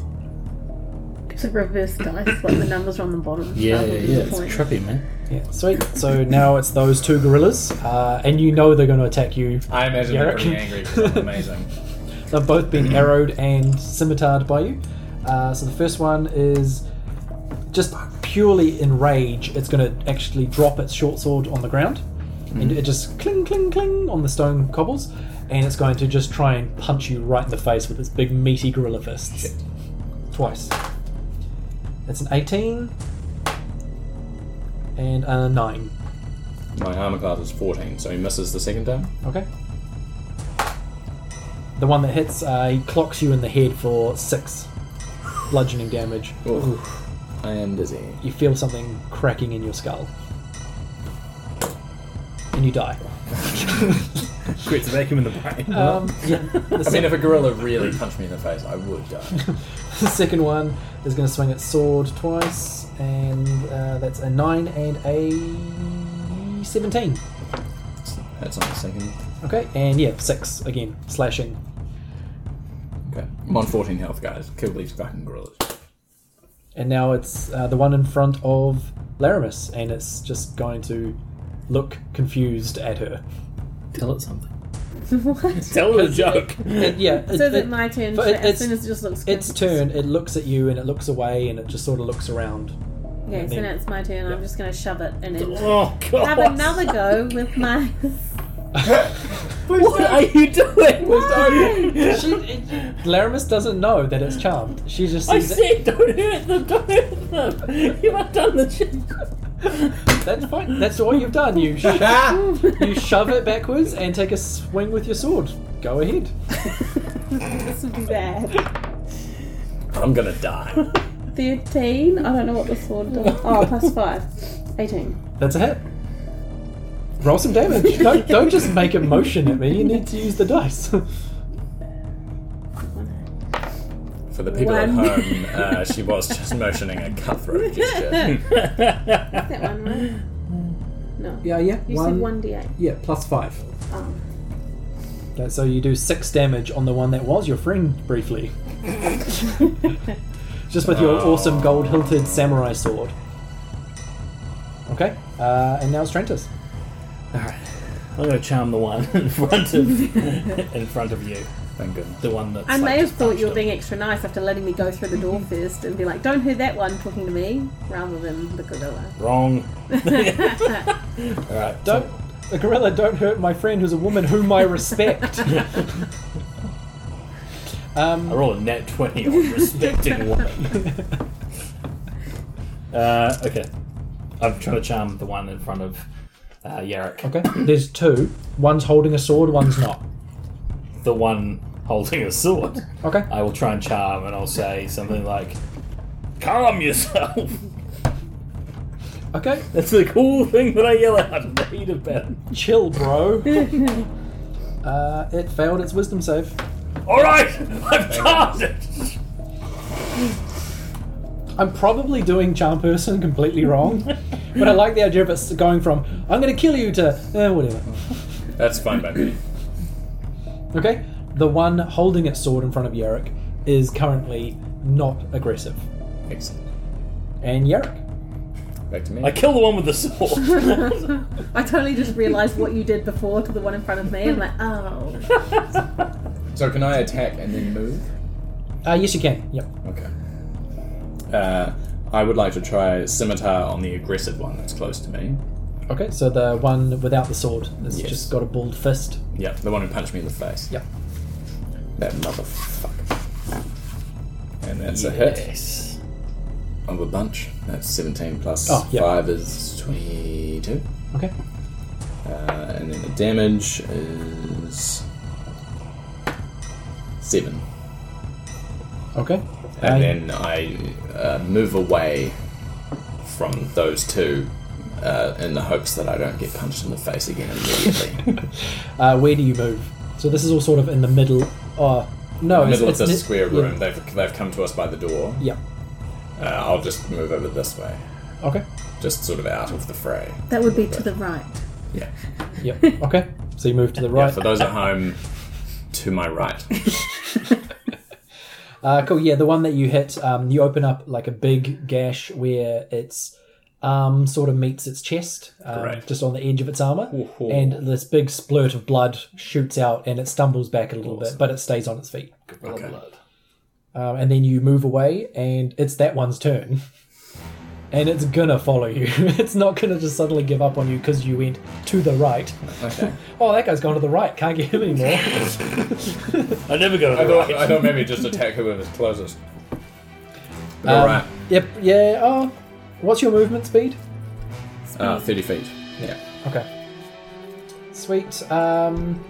S5: To reverse dice, like the numbers are on the bottom.
S2: Yeah,
S5: That
S2: yeah,
S5: would be
S2: yeah.
S5: the
S2: It's
S5: point.
S2: trippy, man.
S1: Yeah, sweet. So now it's those two gorillas, uh, and you know they're going to attack you.
S3: I imagine
S1: Yeah,
S3: they're
S1: okay.
S3: pretty angry. 'cause
S2: (laughs)
S3: I'm amazing.
S1: They've both been arrowed and scimitared by you. Uh, so the first one is just purely in rage. It's going to actually drop its short sword on the ground, and it just cling, cling, cling on the stone cobbles, and it's going to just try and punch you right in the face with its big meaty gorilla fists. Twice. That's an 18 and a 9.
S3: My armor class is fourteen, so he misses the second time.
S1: Okay. The one that hits, uh, he clocks you in the head for six bludgeoning damage.
S3: Ooh. I am dizzy.
S1: You feel something cracking in your skull. And you
S3: (laughs)
S1: die.
S2: (laughs) Great to vacuum in the brain.
S1: Um, yeah. The,
S3: I
S1: sec-
S3: mean, if a gorilla really punched me in the face, I would die.
S1: the second (laughs) one is going to swing its sword twice, and uh, that's a 9 and a 17.
S3: That's on the second.
S1: Okay, and yeah, 6 again, slashing.
S3: Okay. I'm on 14 health, guys. Kill these
S2: (laughs)
S3: fucking gorillas.
S1: And now it's uh, the one in front of Laramis, and it's just going to look confused at her.
S2: Tell it something.
S5: (laughs) What?
S2: Tell it a joke.
S1: (laughs) It- yeah, it-
S5: So is
S1: it-
S5: it my turn?
S1: but it-
S5: as
S1: it's-
S5: soon as it just looks
S1: its turn, it looks at you and it looks away and it just sort of
S5: (laughs)
S1: looks around.
S5: Okay, so
S1: then-
S5: now it's my turn. I'm just going to shove it and then
S1: (laughs)
S2: (laughs) Oh god.
S5: have another go with my. (laughs)
S2: What are you doing?
S1: She, it, Laramis doesn't know that it's charmed. She just
S2: I
S1: sees it.
S2: said, don't hurt them, don't hurt them. You have done
S5: (laughs)
S2: the shit.
S1: (laughs) That's fine. That's all you've done. You sh- you shove it backwards and take a swing with your sword. Go ahead.
S5: (laughs) this would be bad.
S2: I'm gonna die.
S5: 13? I don't know what the sword does. Oh, plus 5. 18.
S1: That's a hit. Roll
S5: (laughs)
S1: some damage. don't don't just make a motion at me. You need to use the dice.
S3: For the people
S5: One.
S3: at home,
S1: (laughs)
S3: uh, she was just motioning a cutthroat
S2: (laughs)
S3: gesture.
S5: Is that one right? No.
S1: yeah, yeah.
S5: You said 1d8.
S1: Yeah, plus five.
S5: Oh.
S1: Okay, So you do six damage on the one that was your friend briefly. Just with your
S2: Oh.
S1: awesome gold hilted samurai sword. Okay, uh, and now it's Trentus.
S2: I'm gonna charm the one (laughs) in
S5: (laughs)
S2: front of in front of you.
S3: Thank goodness.
S2: The one that's
S5: I
S2: like,
S5: may have thought you were
S2: touched
S5: being extra nice after letting me go through the door first and be like, don't hear that one talking to me, rather than the gorilla. (laughs)
S2: it. wrong. (laughs) Alright.
S1: Don't, the (laughs) gorilla, don't hurt my friend who's a woman whom I
S2: (laughs)
S1: respect. Um,
S2: I roll a net twenty on
S5: (laughs)
S2: respecting woman. uh, okay. I'm trying to charm the one in front of uh,
S1: (laughs)
S2: Yarrick.
S1: okay, there's two. One's holding a sword, one's not.
S2: The one holding a sword.
S1: Okay,
S2: I will try and charm and I'll say something like Calm yourself. (laughs)
S1: okay.
S2: That's the cool thing that I yell out in the heat of battle.
S1: Chill, bro. uh, it failed its wisdom save.
S2: Alright, I've charmed it!
S1: I'm probably doing charm person completely
S3: (laughs)
S1: wrong, but I like the idea of it going from "I'm going to kill you" to eh, whatever.
S3: That's fine by me.
S1: Okay, the one holding its sword in front of Yarrick is currently not aggressive,
S3: Excellent.
S1: and Yarrick.
S3: Back to me.
S2: I kill the one with the sword.
S3: (laughs)
S5: I totally just realised what you did before to the one in front of me. I'm like, oh.
S3: So can I attack and then move?
S1: Uh, yes, you can. Yep.
S3: Okay. Uh, I would like to try scimitar on the aggressive one that's close to me.
S1: Okay, so the one without the sword has
S3: Yes.
S1: just got a bald fist.
S3: Yep, the one who punched me in the face.
S1: Yep.
S3: That motherfucker. And that's a hit
S2: yes.
S3: of a bunch. That's 17 plus
S1: Oh, yeah.
S3: 5 is 22.
S1: Okay.
S3: Uh, and then the damage is seven.
S1: Okay.
S3: And
S1: Uh,
S3: then I uh, move away from those two uh, in the hopes that I don't get punched in the
S1: (laughs)
S3: face again immediately.
S1: uh, where do you move? So this is all sort of in the middle. Uh, No,
S3: middle of
S1: it's,
S3: this
S1: it's
S3: square
S1: yeah.
S3: room. They've, they've come to us by the door.
S1: Yeah.
S3: Uh, I'll just move over this way,
S1: Okay.
S3: just sort of out of the fray.
S5: That would be to the right. (laughs)
S3: Yeah.
S1: Yep. (laughs) Okay. So you move to the
S3: Yeah,
S1: right.
S3: for those at home, to
S1: (laughs)
S3: my right.
S1: Uh, cool. Yeah, the one that you hit, um, you open up like a big gash where its arm sort of meets its chest, um,
S3: Great.
S1: just on the edge of its armor,
S3: Woohoo.
S1: and this big splurt of blood shoots out, and it stumbles back a little bit, but it stays on its feet.
S3: Okay.
S1: Um, and then you move away, and it's that one's turn. (laughs) And it's gonna follow you. (laughs) it's not gonna just suddenly give up on you because you went to the right.
S3: Okay.
S1: Oh, that guy's gone to the right. Can't get him anymore.
S2: I never go to
S3: I
S2: the
S3: thought,
S2: right.
S3: I thought maybe just attack whoever's closest.
S1: Um,
S3: (laughs) All right.
S1: Yep. Yeah. Oh, what's your movement speed?
S3: Uh, 30 feet. Yeah.
S1: Okay. Sweet. Um,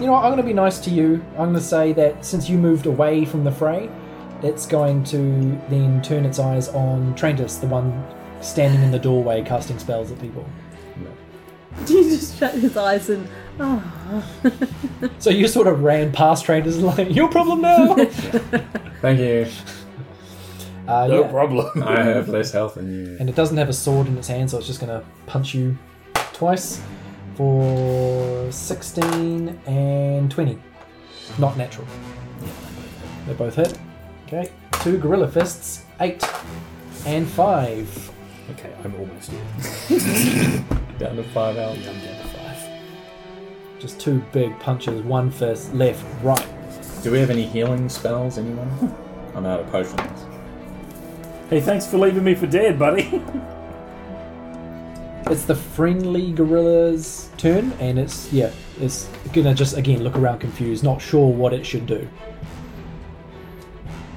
S1: you know what? I'm going to be nice to you. I'm going to say that since you moved away from the fray, it's going to then turn its eyes on Trantis, the one standing in the doorway casting spells at people.
S5: You just shut his eyes and oh,
S1: So you sort of ran past Trantis and like, your problem now!
S3: Thank you.
S1: uh,
S2: No
S1: yeah.
S2: problem.
S3: I have less health than you.
S1: And it doesn't have a sword in its hand, so it's just going to punch you twice for 16 and 20. Not natural. They both hit. Okay. Two gorilla fists, eight and five.
S2: Okay, I'm almost here.
S3: (laughs) Down to five health.
S2: I'm down to five.
S1: Just two big punches, one fist, left, right.
S3: Do we have any healing spells, anyone? I'm out of potions.
S2: Hey, thanks for leaving me for dead, buddy. (laughs)
S1: It's the friendly gorilla's turn, and it's, yeah, it's gonna just again look around confused, not sure what it should do.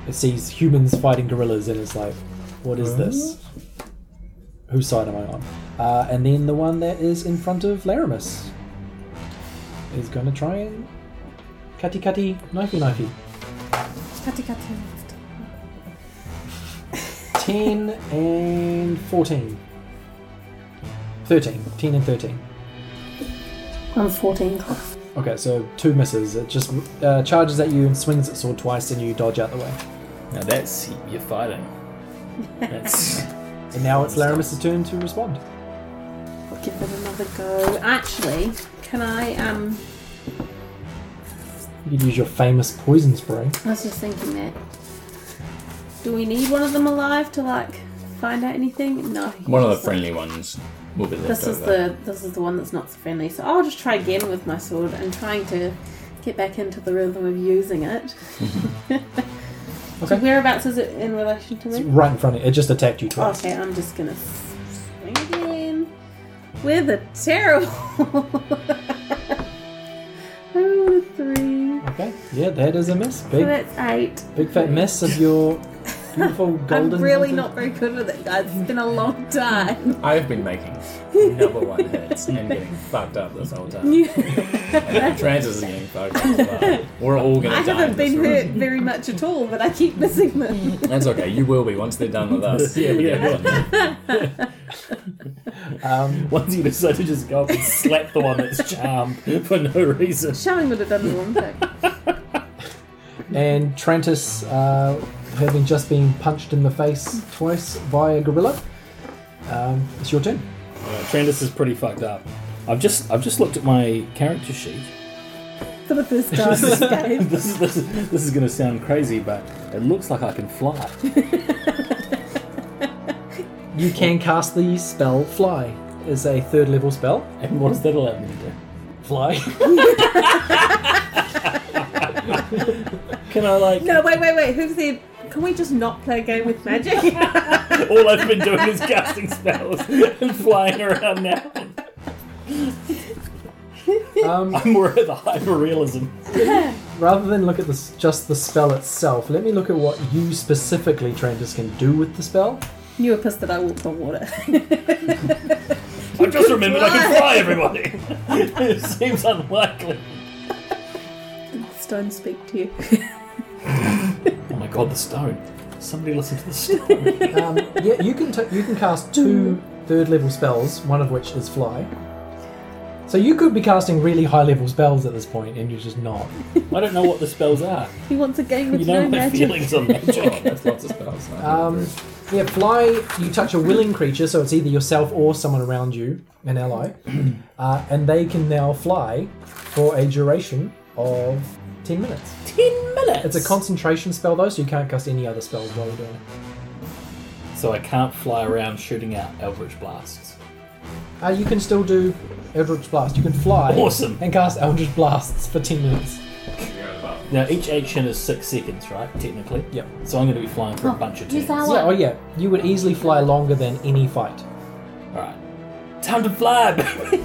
S1: It sees humans fighting gorillas, and it's like, what is this? Whose side am I on? Uh, and then the one that is in front of Laramus is gonna try and. Cutty cutty, knifey knifey.
S5: cutty cutty.
S1: 10 and 14. 13. 10 and 13.
S4: I'm 14 class.
S1: Okay, so two misses. It just uh, charges at you and swings its sword twice, and you dodge out the way.
S2: Now that's you're fighting. That's
S1: And now it's Laramus' turn to respond.
S4: I'll give it another go.
S5: Actually, can I um?
S1: You could use your famous poison spray.
S4: I was just thinking that.
S5: Do we need one of them alive to like find out anything? No.
S3: (laughs) One of the friendly ones will be left
S4: This is
S3: over.
S4: the this is the one that's not so friendly. So I'll just try again with my sword.
S5: I'm trying to get back into the rhythm of using
S3: (laughs)
S5: it.
S1: Okay.
S5: Whereabouts is it in relation to
S1: It's
S5: me?
S1: right in front of you. It just attacked you twice.
S5: Okay, I'm just gonna s- swing again with a terrible. (laughs) Oh, three.
S1: Okay. Yeah, that is a miss.
S5: So
S1: Big,
S5: that's eight.
S1: big fat miss of your beautiful golden.
S5: (laughs) I'm really not very good with it, guys. It's been a long
S3: (laughs)
S5: time.
S3: I've been making number one hits and getting fucked up this whole time. and (laughs) Trans is getting fucked up as well. We're all gonna
S5: (laughs) I
S3: die.
S5: haven't
S3: in this
S5: been
S3: room.
S5: hurt very much at all, but I keep missing
S3: (laughs)
S5: them.
S3: That's okay. You will be once they're done with
S2: (laughs)
S3: us.
S2: Yeah,
S3: (laughs)
S2: yeah,
S1: Um,
S2: once you decide to just go up and slap the one that's charmed for no reason.
S5: Charlie would have done the wrong thing.
S1: and Trantis, uh, having just been punched in the face twice by a gorilla, um, it's your turn.
S2: Yeah, Trandis is pretty fucked up. I've just I've just looked at my character sheet.
S5: (laughs)
S2: (laughs)
S5: For the first time.
S2: This is this, is- this is going to sound crazy, but it looks like I can fly.
S1: You can cast the spell Fly. It's a third level spell.
S2: And what does that allow me to do?
S1: Fly.
S2: Can I like?
S5: No, wait, wait, wait. Who said? Can we just not play a game with magic?
S2: (laughs)
S5: (laughs)
S2: All I've been doing is casting spells (laughs) and flying
S5: (laughs)
S2: around now.
S1: um,
S2: I'm more at the hyperrealism.
S1: rather than look at this, just the spell itself, let me look at what you specifically, Trantis, can do with the spell.
S5: you were pissed that I walked on water. (laughs)
S2: I just remembered I can fly, everybody. (laughs) it seems unlikely.
S5: Stone speak to you. (laughs)
S2: Oh my god, the stone. Somebody listen to the stone.
S1: Um, yeah, you can t- you can cast two third level spells, one of which is fly. So you could be casting really high level spells at this point, and you're just not.
S2: I don't know what the spells are.
S5: He wants a game with
S2: You know
S5: no
S2: my
S5: magic.
S2: feelings
S5: (laughs)
S2: on
S3: Oh,
S2: magic.
S3: that's lots of spells. no, I
S1: Um,
S3: think that's
S1: Yeah, fly. You touch a willing creature, so it's either yourself or someone around you, an ally, uh, and they can now fly for a duration of ten minutes.
S2: Ten minutes.
S1: It's a concentration spell though, so you can't cast any other spells while you're doing it.
S2: So I can't fly around shooting out Eldritch Blasts.
S1: Uh, you can still do Eldritch Blast. You can fly
S2: Awesome.
S1: and cast Eldritch Blasts for ten minutes.
S2: Now, each action is six seconds, right? Technically.
S1: Yep.
S2: So I'm going to be flying for a bunch of
S4: Use
S2: turns.
S4: our
S1: Yeah, oh yeah, you would easily fly longer than any fight.
S2: Alright. Time to fly, (laughs) baby!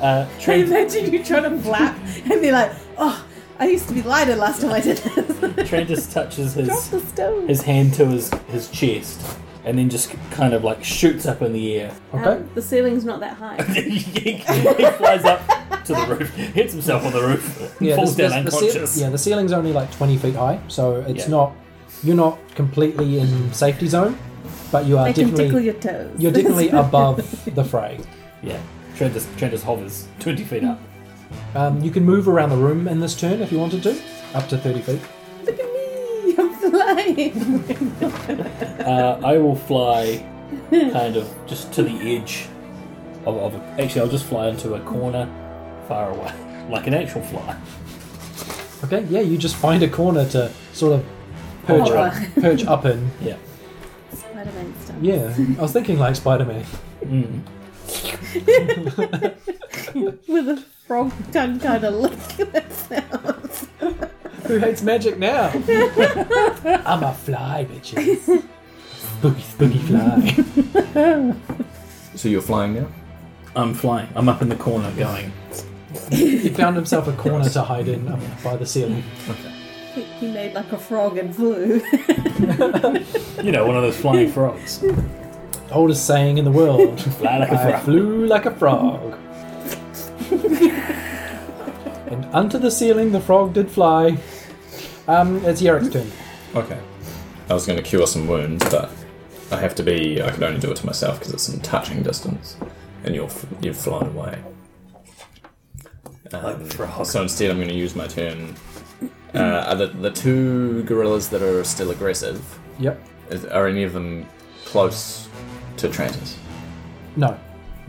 S2: uh,
S5: I
S2: trans-
S5: imagine you trying to flap and they're like, oh, I used to be lighter last time I did this. (laughs)
S2: Trantis touches
S5: Drop
S2: his
S5: the stone.
S2: his hand to his, his chest and then just kind of like shoots up in the air. (laughs)
S1: Okay.
S5: Um, the ceiling's not that
S1: (laughs)
S5: high.
S2: he flies up to the roof, hits himself on the roof,
S1: Yeah,
S2: falls
S1: this-
S2: down
S1: this- the ceil-
S2: unconscious.
S1: yeah, the ceiling's only like 20 feet high, so it's
S2: Yeah.
S1: not. You're not completely in safety zone, but you are
S5: I can tickle
S1: definitely.
S5: your toes.
S1: You're
S4: (laughs)
S1: definitely
S5: (laughs)
S1: above the fray.
S2: yeah. Trantis, Trantis hovers 20 feet up.
S1: Um, you can move around the room in this turn if you wanted to, up to 30 feet.
S5: Look at me, I'm flying.
S2: Uh, I will fly kind of just to the edge of, of a, actually I'll just fly into a corner far away (laughs) like an actual fly.
S1: Okay, yeah, you just find a corner to sort of perch
S5: Hover.
S1: up, perch up in.
S2: Yeah.
S5: Spider-Man stuff.
S1: Yeah, I was thinking like Spider-Man.
S2: Mm.
S5: With a frog tongue kind of lick that sounds.
S1: Who hates magic
S2: (laughs)
S1: now? I'm a fly, bitches. Uh, Spooky, spooky fly.
S3: good. So you're flying now?
S2: I'm flying. I'm up in the corner going.
S1: he found himself a corner to hide in up by the ceiling.
S5: He- He made like a frog and
S4: (laughs)
S5: flew.
S2: You know, one of those flying frogs.
S1: Oldest saying in the world.
S2: Fly like a
S1: I
S2: frog.
S1: flew like a frog. and unto the ceiling the frog did fly. Um, it's Yerik's turn.
S3: Okay. I was going to cure some wounds, but I have to be. I can only do it to myself because it's in touching distance, and you're f- you've flown away. Um, so instead, I'm going to use my turn. Uh, are the, the two gorillas that are still aggressive?
S1: Yep.
S3: Is, are any of them close to Trantis?
S1: No.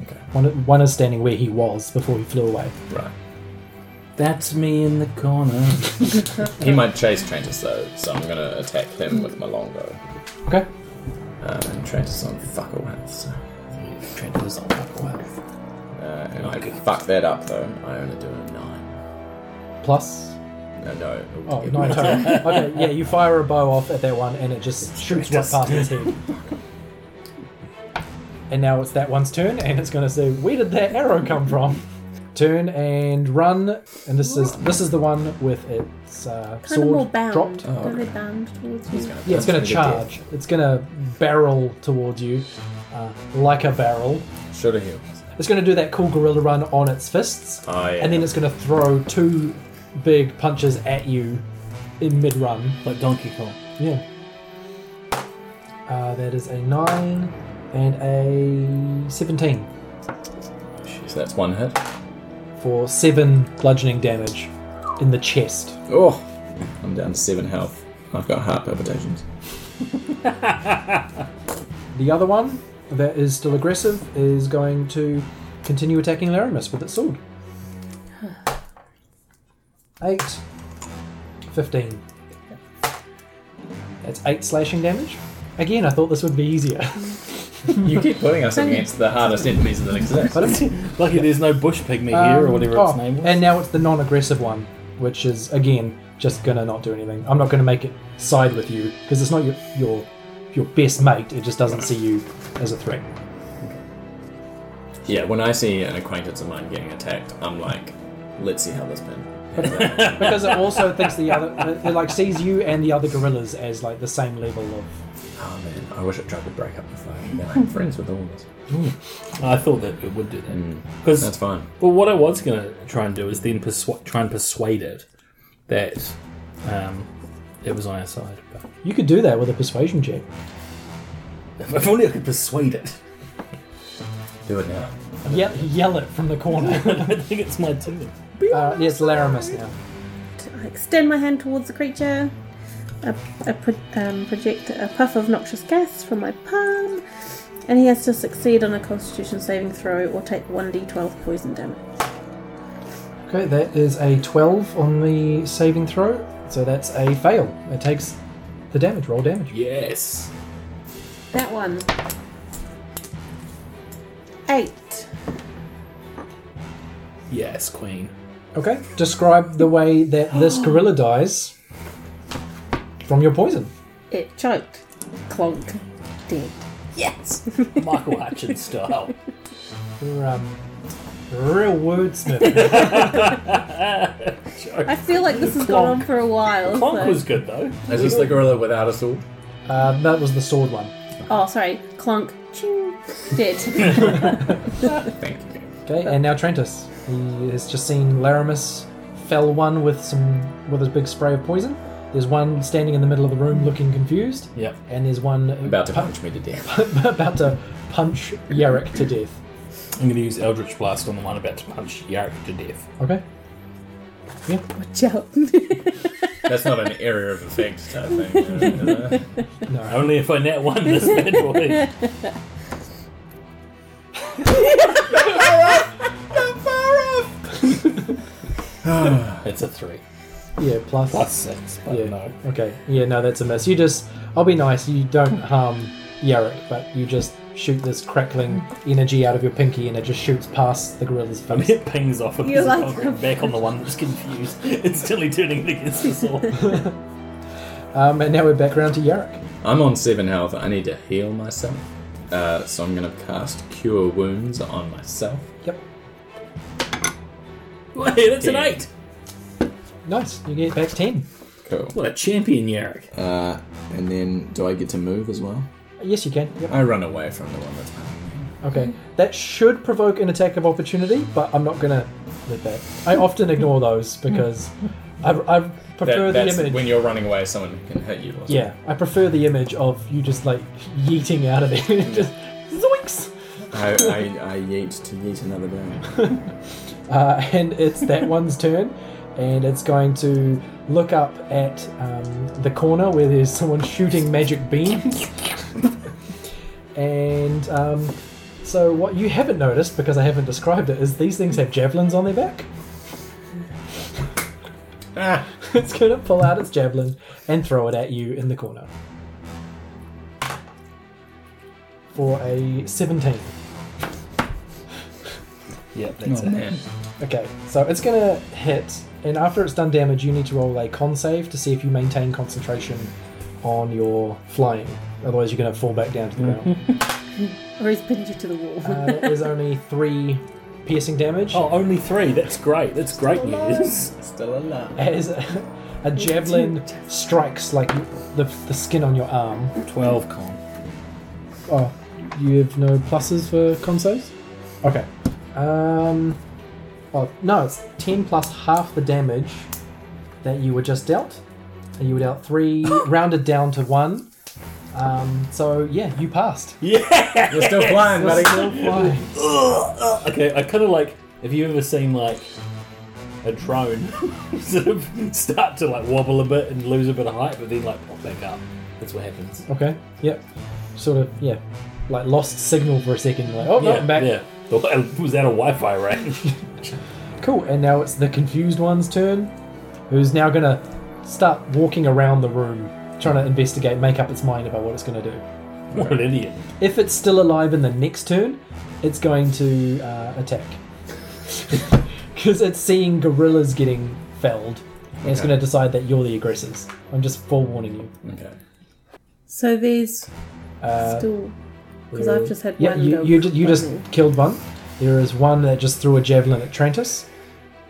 S3: Okay.
S1: One, one is standing where he was before he flew away.
S3: Right.
S2: That's me in the corner.
S3: He might chase Trantis though, so I'm going to attack him with my longbow.
S1: Okay.
S3: Um, and Trantis on fuck all health, so.
S2: Trantis on fuck wealth.
S3: Uh, and I
S2: Okay.
S3: fuck that up though. I only do a nine.
S1: Plus.
S3: No, no.
S1: Oh, nine total. (laughs) Okay, yeah, you fire a bow off at that one and it just shoots right past his head. And now it's that one's turn and it's gonna say, Where did that arrow come from? Turn and run, and this is this is the one with its uh,
S4: kind of more
S1: sword
S4: bound.
S1: dropped. Oh,
S4: Don't they bound towards you?
S1: Yeah, it's gonna
S3: That's gonna be
S1: charge. It's gonna barrel towards you, uh, like a barrel.
S3: Should have healed.
S1: It's gonna do that cool gorilla run on its fists,
S3: Oh, yeah.
S1: and then it's gonna throw two big punches at you in mid run.
S2: Like Donkey Kong.
S1: Yeah. Uh, that is a 9 and a 17
S3: So that's one hit.
S1: for 7 bludgeoning damage in the chest.
S3: Oh, I'm down to seven health. I've got
S1: (laughs)
S3: heart palpitations.
S1: The other one that is still aggressive is going to continue attacking Larimus with its sword. 8, 15. That's 8 slashing damage. Again, I thought this would be easier. (laughs)
S3: You keep putting us against the hardest enemies that exist.
S1: But it's
S2: Lucky there's no bush pygmy here or
S1: Um,
S2: whatever
S1: oh,
S2: its name was.
S1: And now it's the non-aggressive one, which is again just gonna not do anything. I'm not gonna make it side with you because it's not your your your best mate. It just doesn't see you as a threat.
S3: Yeah, when I see an acquaintance of mine getting attacked, I'm like, let's see how this been.
S1: Because it also thinks the other it, it like sees you and the other gorillas as like the same level of.
S3: oh man, I wish I tried to break up the fight. (laughs) Now I'm friends with all of us.
S2: I thought that it would do that. Because
S3: That's fine.
S2: Well, what I was going to try and do is then persu- try and persuade it that um, it was on our side. But
S1: You could do that with a persuasion check.
S2: if only I could persuade it.
S3: Do it now.
S1: Yell, yell it from the corner.
S2: (laughs) I think it's my turn.
S1: (laughs) uh, yes, Laramus now.
S4: I extend my hand towards the creature. I, I pro- um, project a puff of noxious gas from my palm, and he has to succeed on a Constitution saving throw or take 1d12 poison damage.
S1: Okay, that is a 12 on the saving throw, so that's a fail. It takes the damage, roll damage.
S3: Yes.
S4: That one. Eight.
S2: Yes, Queen.
S1: Okay, describe the way that this gorilla dies from your poison.
S4: It choked. Clonk. Dead.
S2: Yes! Michael Hutchins style.
S1: You're um, real wordsmith.
S4: I feel like this has gone on for a while.
S2: Clonk
S4: so-
S2: was good though.
S3: Is this the gorilla without a sword?
S1: (laughs) uh, that was the sword one.
S4: Oh, sorry. Clonk. Ching. Dead.
S1: (laughs)
S3: Thank you.
S1: Okay, and now Trentus. He has just seen Laramus fell one with some with a big spray of poison. There's one standing in the middle of the room looking confused,
S2: Yep.
S1: and there's one
S3: About to punch me to
S1: (laughs)
S3: death.
S1: about to punch Yarrick to death.
S2: I'm gonna use Eldritch Blast on the one about to punch Yarrick to death.
S1: Okay.
S4: Watch out.
S3: That's not an area of effect type (laughs) thing.
S2: Only if I net one this bad
S4: (laughs)
S2: boy. It's a three.
S1: Yeah, plus.
S2: Plus six, but
S1: Yeah.
S2: no.
S1: Okay. Yeah, no, that's a miss. You just, I'll be nice. You don't harm Yarrick, but you just shoot this crackling energy out of your pinky, and it just shoots past the gorilla's
S2: I mean,
S3: (laughs)
S1: face.
S2: (laughs) it pings off of
S4: You're
S2: his
S4: like-
S2: program back on the one that's confused, (laughs) instantly turning it against us all.
S1: Um, and now we're back around to Yarrick.
S3: I'm on seven health. I need to heal myself. Uh, so I'm going to cast Cure Wounds on myself.
S1: Yep.
S2: (laughs) Wait, it's
S3: an
S2: an
S3: eight.
S2: eight!
S1: Nice. You get back ten.
S3: Cool.
S2: What a champion, Yarrick.
S3: Uh, and then do I get to move as well?
S1: Yes, you can. Yep.
S3: I run away from the one that's punching me.
S1: Okay. That should provoke an attack of opportunity, but I'm not gonna let that. I often ignore those because I, I prefer
S3: That, that's
S1: the image.
S3: when you're running away, someone can hit you. Or something.
S1: yeah, I prefer the image of you just like yeeting out of it, (laughs) just zoinks.
S3: I, I, I yeet to yeet
S1: (laughs)
S3: another day.
S1: Uh, (laughs) and it's that one's turn, and it's going to look up at um, the corner where there's someone shooting magic beams. and um, so, what you haven't noticed because I haven't described it is these things have javelins on their back.
S3: ah,
S1: (laughs) it's going to pull out its javelin and throw it at you in the corner for a 17.
S4: Oh,
S2: Yep, that's it.
S3: man.
S1: Okay, so it's gonna hit, and after it's done damage, you need to roll a con save to see if you maintain concentration on your flying. Otherwise, you're gonna fall back down to the ground.
S4: or he's pinned you to the wall.
S1: Uh, that is only three piercing damage.
S2: Oh, only three. That's great. That's great news.
S3: Still alive.
S1: As a, a javelin strikes like the, the skin on your arm.
S2: 12 con.
S1: Oh, you have no pluses for con saves? Okay. Um. Oh no, it's ten plus half the damage that you were just dealt. And You were dealt (laughs) three, rounded down to one. Um. So yeah, you passed.
S2: Yeah!
S3: You're still flying, buddy.
S1: (laughs) Why?
S2: Okay, I kind of like. Have you ever seen like a drone (laughs) sort of start to like wobble a bit and lose a bit of height, but then like pop back up? That's what happens.
S1: Okay. Yep. Sort of. Yeah. Like lost signal for a second. Like oh no,
S2: yeah,
S1: I'm back.
S2: yeah. (laughs) Was that a Wi-Fi range? (laughs)
S1: Cool. And now it's the confused one's turn, who's now gonna start walking around the room, trying to investigate, make up its mind about what it's gonna do.
S2: what an idiot!
S1: If it's still alive in the next turn, it's going to uh, attack. (laughs) Because it's seeing gorillas getting felled. And it's
S3: Okay.
S1: going to decide that you're the aggressors. I'm just forewarning you.
S3: Okay.
S4: (laughs) So there's
S1: Uh,
S4: still. Because
S1: there-
S4: I've just had
S1: yeah,
S4: one.
S1: you,
S4: go-
S1: you, ju- you
S4: one
S1: just
S4: go.
S1: killed one. There is one that just threw a javelin at Trantis.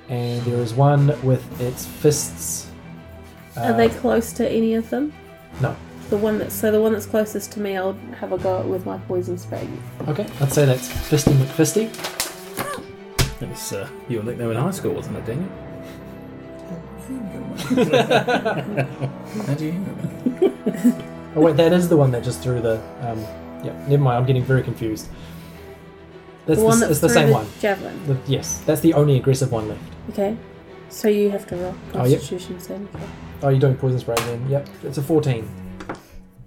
S1: And there is one with its fists. uh,
S4: Are they close to any of them?
S1: No.
S4: The one that's so the one that's closest to me, I'll have a go at with my poison spray.
S1: Okay, let's say that's Fisty McFisty.
S2: That was uh, your nickname in high school, wasn't it, Daniel?
S3: How do you hear about it?
S1: Oh wait, that is the one that just threw the. Um, yeah, never mind. I'm getting very confused. That's
S4: The
S1: the,
S4: one
S1: s-
S4: that's
S1: it's the
S4: through
S1: same
S4: the
S1: one.
S4: Javelin.
S1: The- yes, that's the only aggressive one left.
S4: Okay. So you have to roll
S1: Oh, yep.
S4: Constitution saving throw.
S1: Oh, you're doing poison spray then. Yep, it's a 14.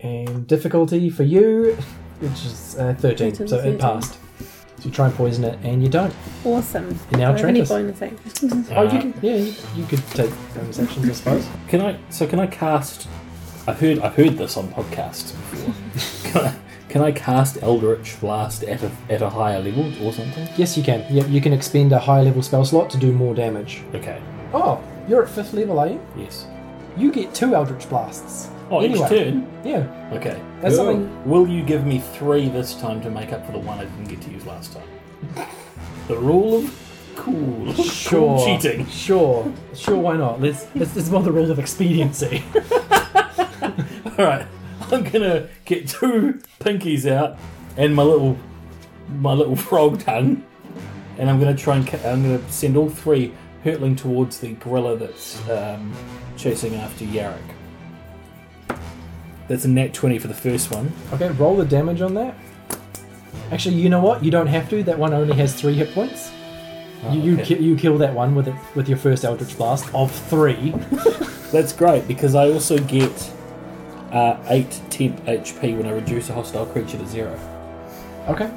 S1: And difficulty for you, which is uh, 13,
S4: Thirteen,
S1: so
S4: thirteen.
S1: it passed. So you try and poison it, and you don't.
S4: Awesome.
S1: And now
S4: Do I have any
S1: Atlantis.
S4: bonus
S1: (laughs)
S4: actions?
S1: oh, you
S2: Uh,
S1: can, yeah, you, you could take bonus actions, I
S2: (laughs)
S1: suppose.
S2: Can I? So can I cast? I heard I heard this on podcasts before.
S1: (laughs)
S2: can, I, can I cast Eldritch Blast at a at a higher level or something?
S1: Yes, you can. Yep, you can expend a high level spell slot to do more damage.
S2: Okay.
S1: Oh, you're at fifth level, are you?
S2: Yes.
S1: You get two Eldritch Blasts.
S2: Oh,
S1: Anyway.
S2: each turn.
S1: Yeah,
S2: Okay.
S1: that's
S3: Cool.
S1: something.
S2: Will you give me three this time to make up for the one I didn't get to use last time? The rule of cool.
S1: Sure.
S2: (laughs) Cool cheating. (laughs)
S1: Sure. Sure, why not? Let's, let's, it's more the rule of expediency.
S2: All right. I'm gonna get two pinkies out and my little my little (laughs) frog tongue, and I'm gonna try and ca- I'm gonna send all three hurtling towards the gorilla that's um, chasing after Yarrick. That's a nat twenty for the first one.
S1: (laughs) Okay, roll the damage on that. Actually, you know what? You don't have to. That one only has three hit points. you you,
S2: okay.
S1: ki- you kill that one with it with your first Eldritch Blast of three.
S2: That's great because I also get uh, eight temp HP when I reduce a hostile creature to zero.
S1: Okay,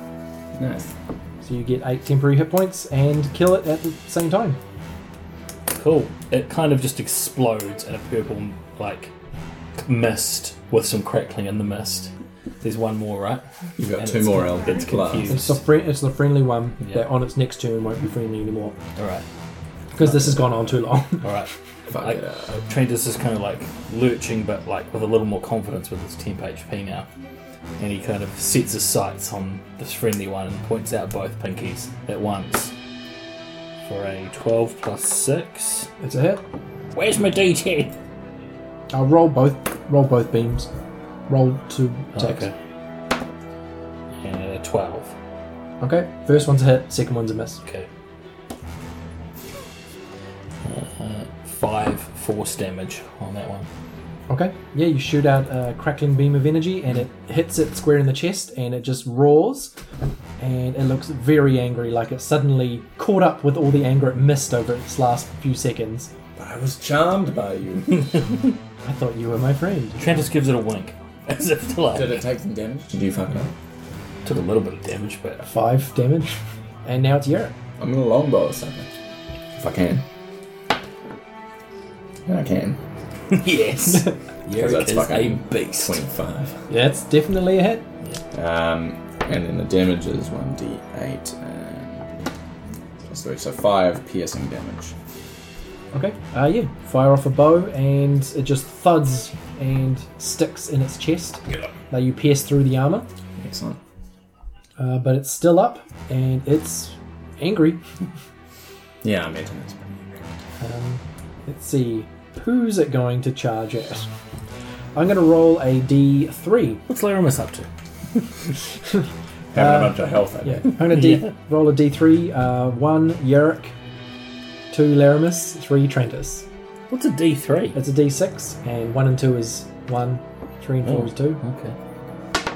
S3: Nice.
S1: so you get eight temporary hit points and kill it at the same time.
S2: Cool. It kind of just explodes in a purple, like, mist with some crackling in the mist. There's one more, right?
S3: You've got
S2: And
S3: two
S2: it's-
S3: more Eldritch
S2: it's confused.
S1: It's the fri- it's the friendly one
S2: Yeah.
S1: that on its next turn won't be friendly anymore
S2: All right,
S1: because this has gone on too long. (laughs)
S2: all right.
S3: Fuck
S2: Like,
S3: it up.
S2: Trandis Uh, is kind of like lurching, but like with a little more confidence with his temp HP now. And he kind of sets his sights on this friendly one and points out both pinkies at once. For a 12 plus 6.
S1: it's a hit.
S2: Where's my D10?
S1: I'll roll both roll both beams. Roll two attacks.
S2: Oh, Okay. And a 12.
S1: okay, first one's a hit, second one's a miss.
S2: Okay. Uh, five force damage on that one.
S1: Okay. Yeah, you shoot out a crackling beam of energy and it hits it square in the chest and it just roars and it looks very angry, like it suddenly caught up with all the anger it missed over its last few seconds.
S3: I was charmed by (laughs) you.
S1: I thought you were my friend.
S2: Trantis gives it a wink, (laughs) as if to like
S3: Did it take some damage? Did you fuck it up?
S2: took a little bit of damage, but
S1: Five damage. And now it's Yerrick.
S3: I'm gonna longbow or something. If I can. And I can.
S2: (laughs) yes, yeah, it's
S3: that's
S2: a
S3: fucking
S2: beast.
S3: 25.
S1: Yeah, it's definitely a hit.
S3: Um, and then the damage is 1d8 and plus 3, so 5 piercing damage.
S1: Okay. Uh, yeah, fire off a bow and it just thuds and sticks in its chest. Now you pierce through the armor,
S3: Excellent.
S1: uh, but it's still up and it's angry.
S3: Yeah, I imagine it's
S1: Um, let's see. Who's it going to charge at? I'm going to roll a d3.
S2: What's Laramus up to?
S3: having a bunch of health. I
S1: Yeah, I'm going to d- roll a d3. Uh, one, Yerrick. Two, Laramus. Three, Trentus.
S2: What's a D three?
S1: It's a d6, and one and two is one. Three and four is two.
S2: Okay.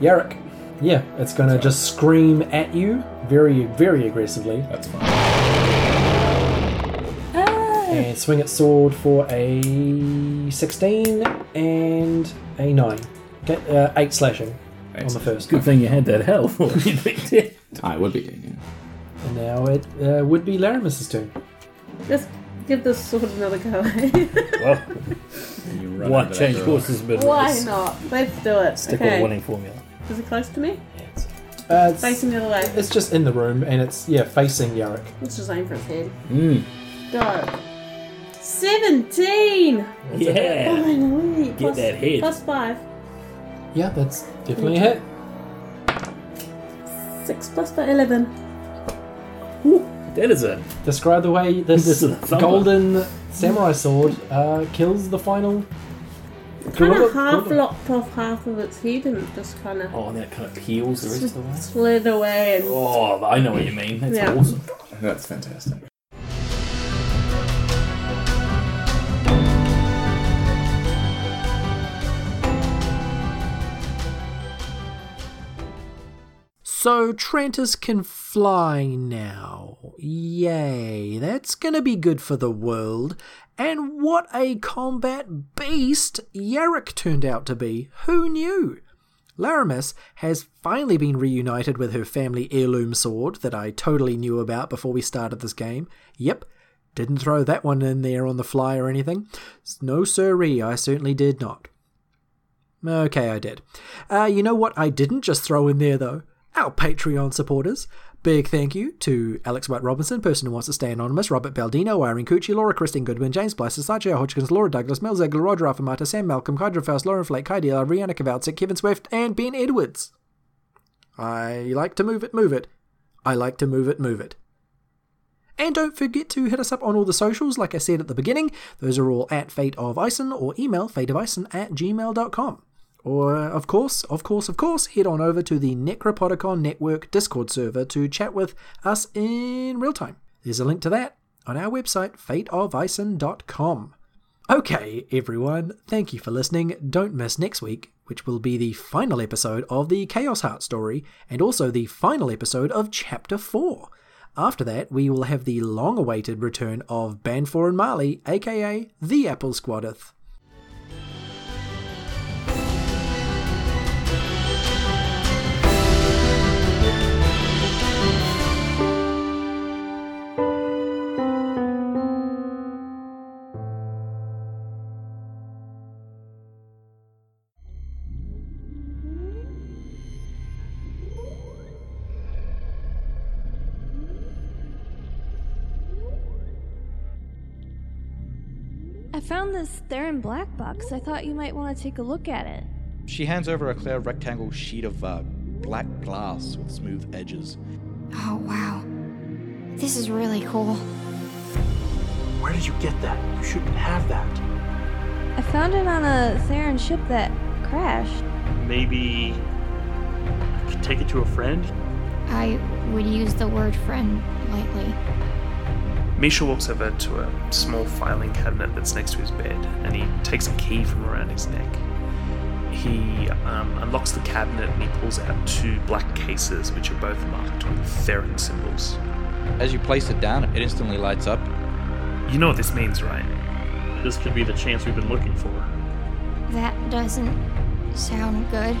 S1: Yerrick. Yeah, it's going to just scream at you very, very aggressively
S3: That's fine.
S1: and swing its sword for a 16 and a 9. Okay, uh, 8 slashing on the first.
S2: Good thing you had that health. or you'd be dead.
S3: I would be doing it.
S1: And now it uh, would be Laramus's turn. Uh,
S4: Just give this sword another
S2: (laughs)
S4: go. (laughs)
S2: well,
S3: You run
S2: why
S3: into that
S2: change
S3: girl.
S2: courses mid
S5: Why not?
S4: Let's do it.
S2: Stick with
S4: okay.
S2: the winning formula.
S4: Is it close to me?
S2: Yeah, it's-
S1: Uh, it's,
S4: Facing the other way.
S1: it's just in the room and it's, yeah, facing Yarrick.
S4: Let's just aim for his head.
S2: Mm.
S4: Go. 17! Oh
S2: Yeah.
S4: my lord. plus,
S2: that head.
S4: Plus 5.
S1: Yeah, that's definitely a hit.
S4: 6 plus 5, 11.
S2: That is a
S1: Describe the
S2: (laughs)
S1: way this,
S2: This is a thumper.
S1: golden samurai sword uh, kills the final.
S4: Kind
S1: gorilla-
S4: of half
S1: gorilla.
S4: lopped off half of its head and it just kind of
S2: Oh, and that kind of peels the rest of the way.
S4: slid away and
S2: Oh, I know what you mean. That's
S4: Yeah.
S2: awesome.
S3: That's fantastic.
S1: So Trantis can fly now. Yay. That's going to be good for the world. And what a combat beast Yarrick turned out to be. Who knew? Laramis has finally been reunited with her family heirloom sword that I totally knew about before we started this game. Yep, didn't throw that one in there on the fly or anything. No siree, I certainly did not. Okay, I did. Uh, you know what I didn't just throw in there though? Our Patreon supporters. Big thank you to Alex White Robinson, Person Who Wants to Stay Anonymous, Robert Baldino, Irene Cucci, Laura Christine Goodwin, James Blyster, Sajia Hodgkins, Laura Douglas, Mel Zegler, Roger Affamata, Sam Malcolm, Hydra Faust, Lauren Flake, Heidi L, Rihanna Kavalcik, Kevin Swift, and Ben Edwards. I like to move it, move it. I like to move it, move it. And don't forget to hit us up on all the socials, like I said at the beginning. Those are all at Fate of Ison or email fateofison at gmail.com. Or, uh, of course, of course, of course, head on over to the Necropodicon Network Discord server to chat with us in real time. There's a link to that on our website, fateofison.com. Okay, everyone, thank you for listening. Don't miss next week, which will be the final episode of the Chaos Heart story and also the final episode of Chapter 4. After that, we will have the long awaited return of Banfor and Marley, aka the Apple Squadeth.
S7: I found this Theron black box. I thought you might want to take a look at it.
S3: She hands over a clear rectangle sheet of uh, black glass with smooth edges.
S8: Oh, wow. This is really cool.
S9: Where did you get that? You shouldn't have that.
S7: I found it on a Theron ship that crashed.
S9: Maybe you could take it to a friend?
S8: I would use the word friend lightly.
S9: Misha walks over to a small filing cabinet that's next to his bed and he takes a key from around his neck. He um, unlocks the cabinet and he pulls out two black cases which are both marked with Theron symbols.
S3: As you place it down, it instantly lights up.
S9: You know what this means, right? This could be the chance we've been looking for.
S8: That doesn't sound good.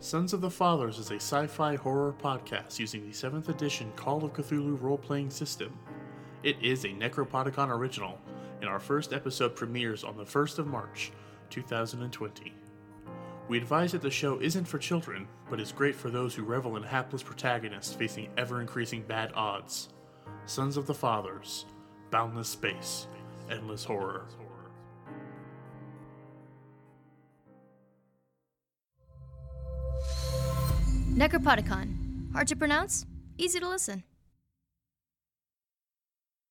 S10: Sons of the Fathers is a sci fi horror podcast using the 7th edition Call of Cthulhu role playing system. It is a Necropodicon original, and our first episode premieres on the 1st of March, 2020. We advise that the show isn't for children, but is great for those who revel in hapless protagonists facing ever increasing bad odds. Sons of the Fathers, Boundless Space, Endless Horror.
S8: Necropodicon. Hard to pronounce, easy to listen.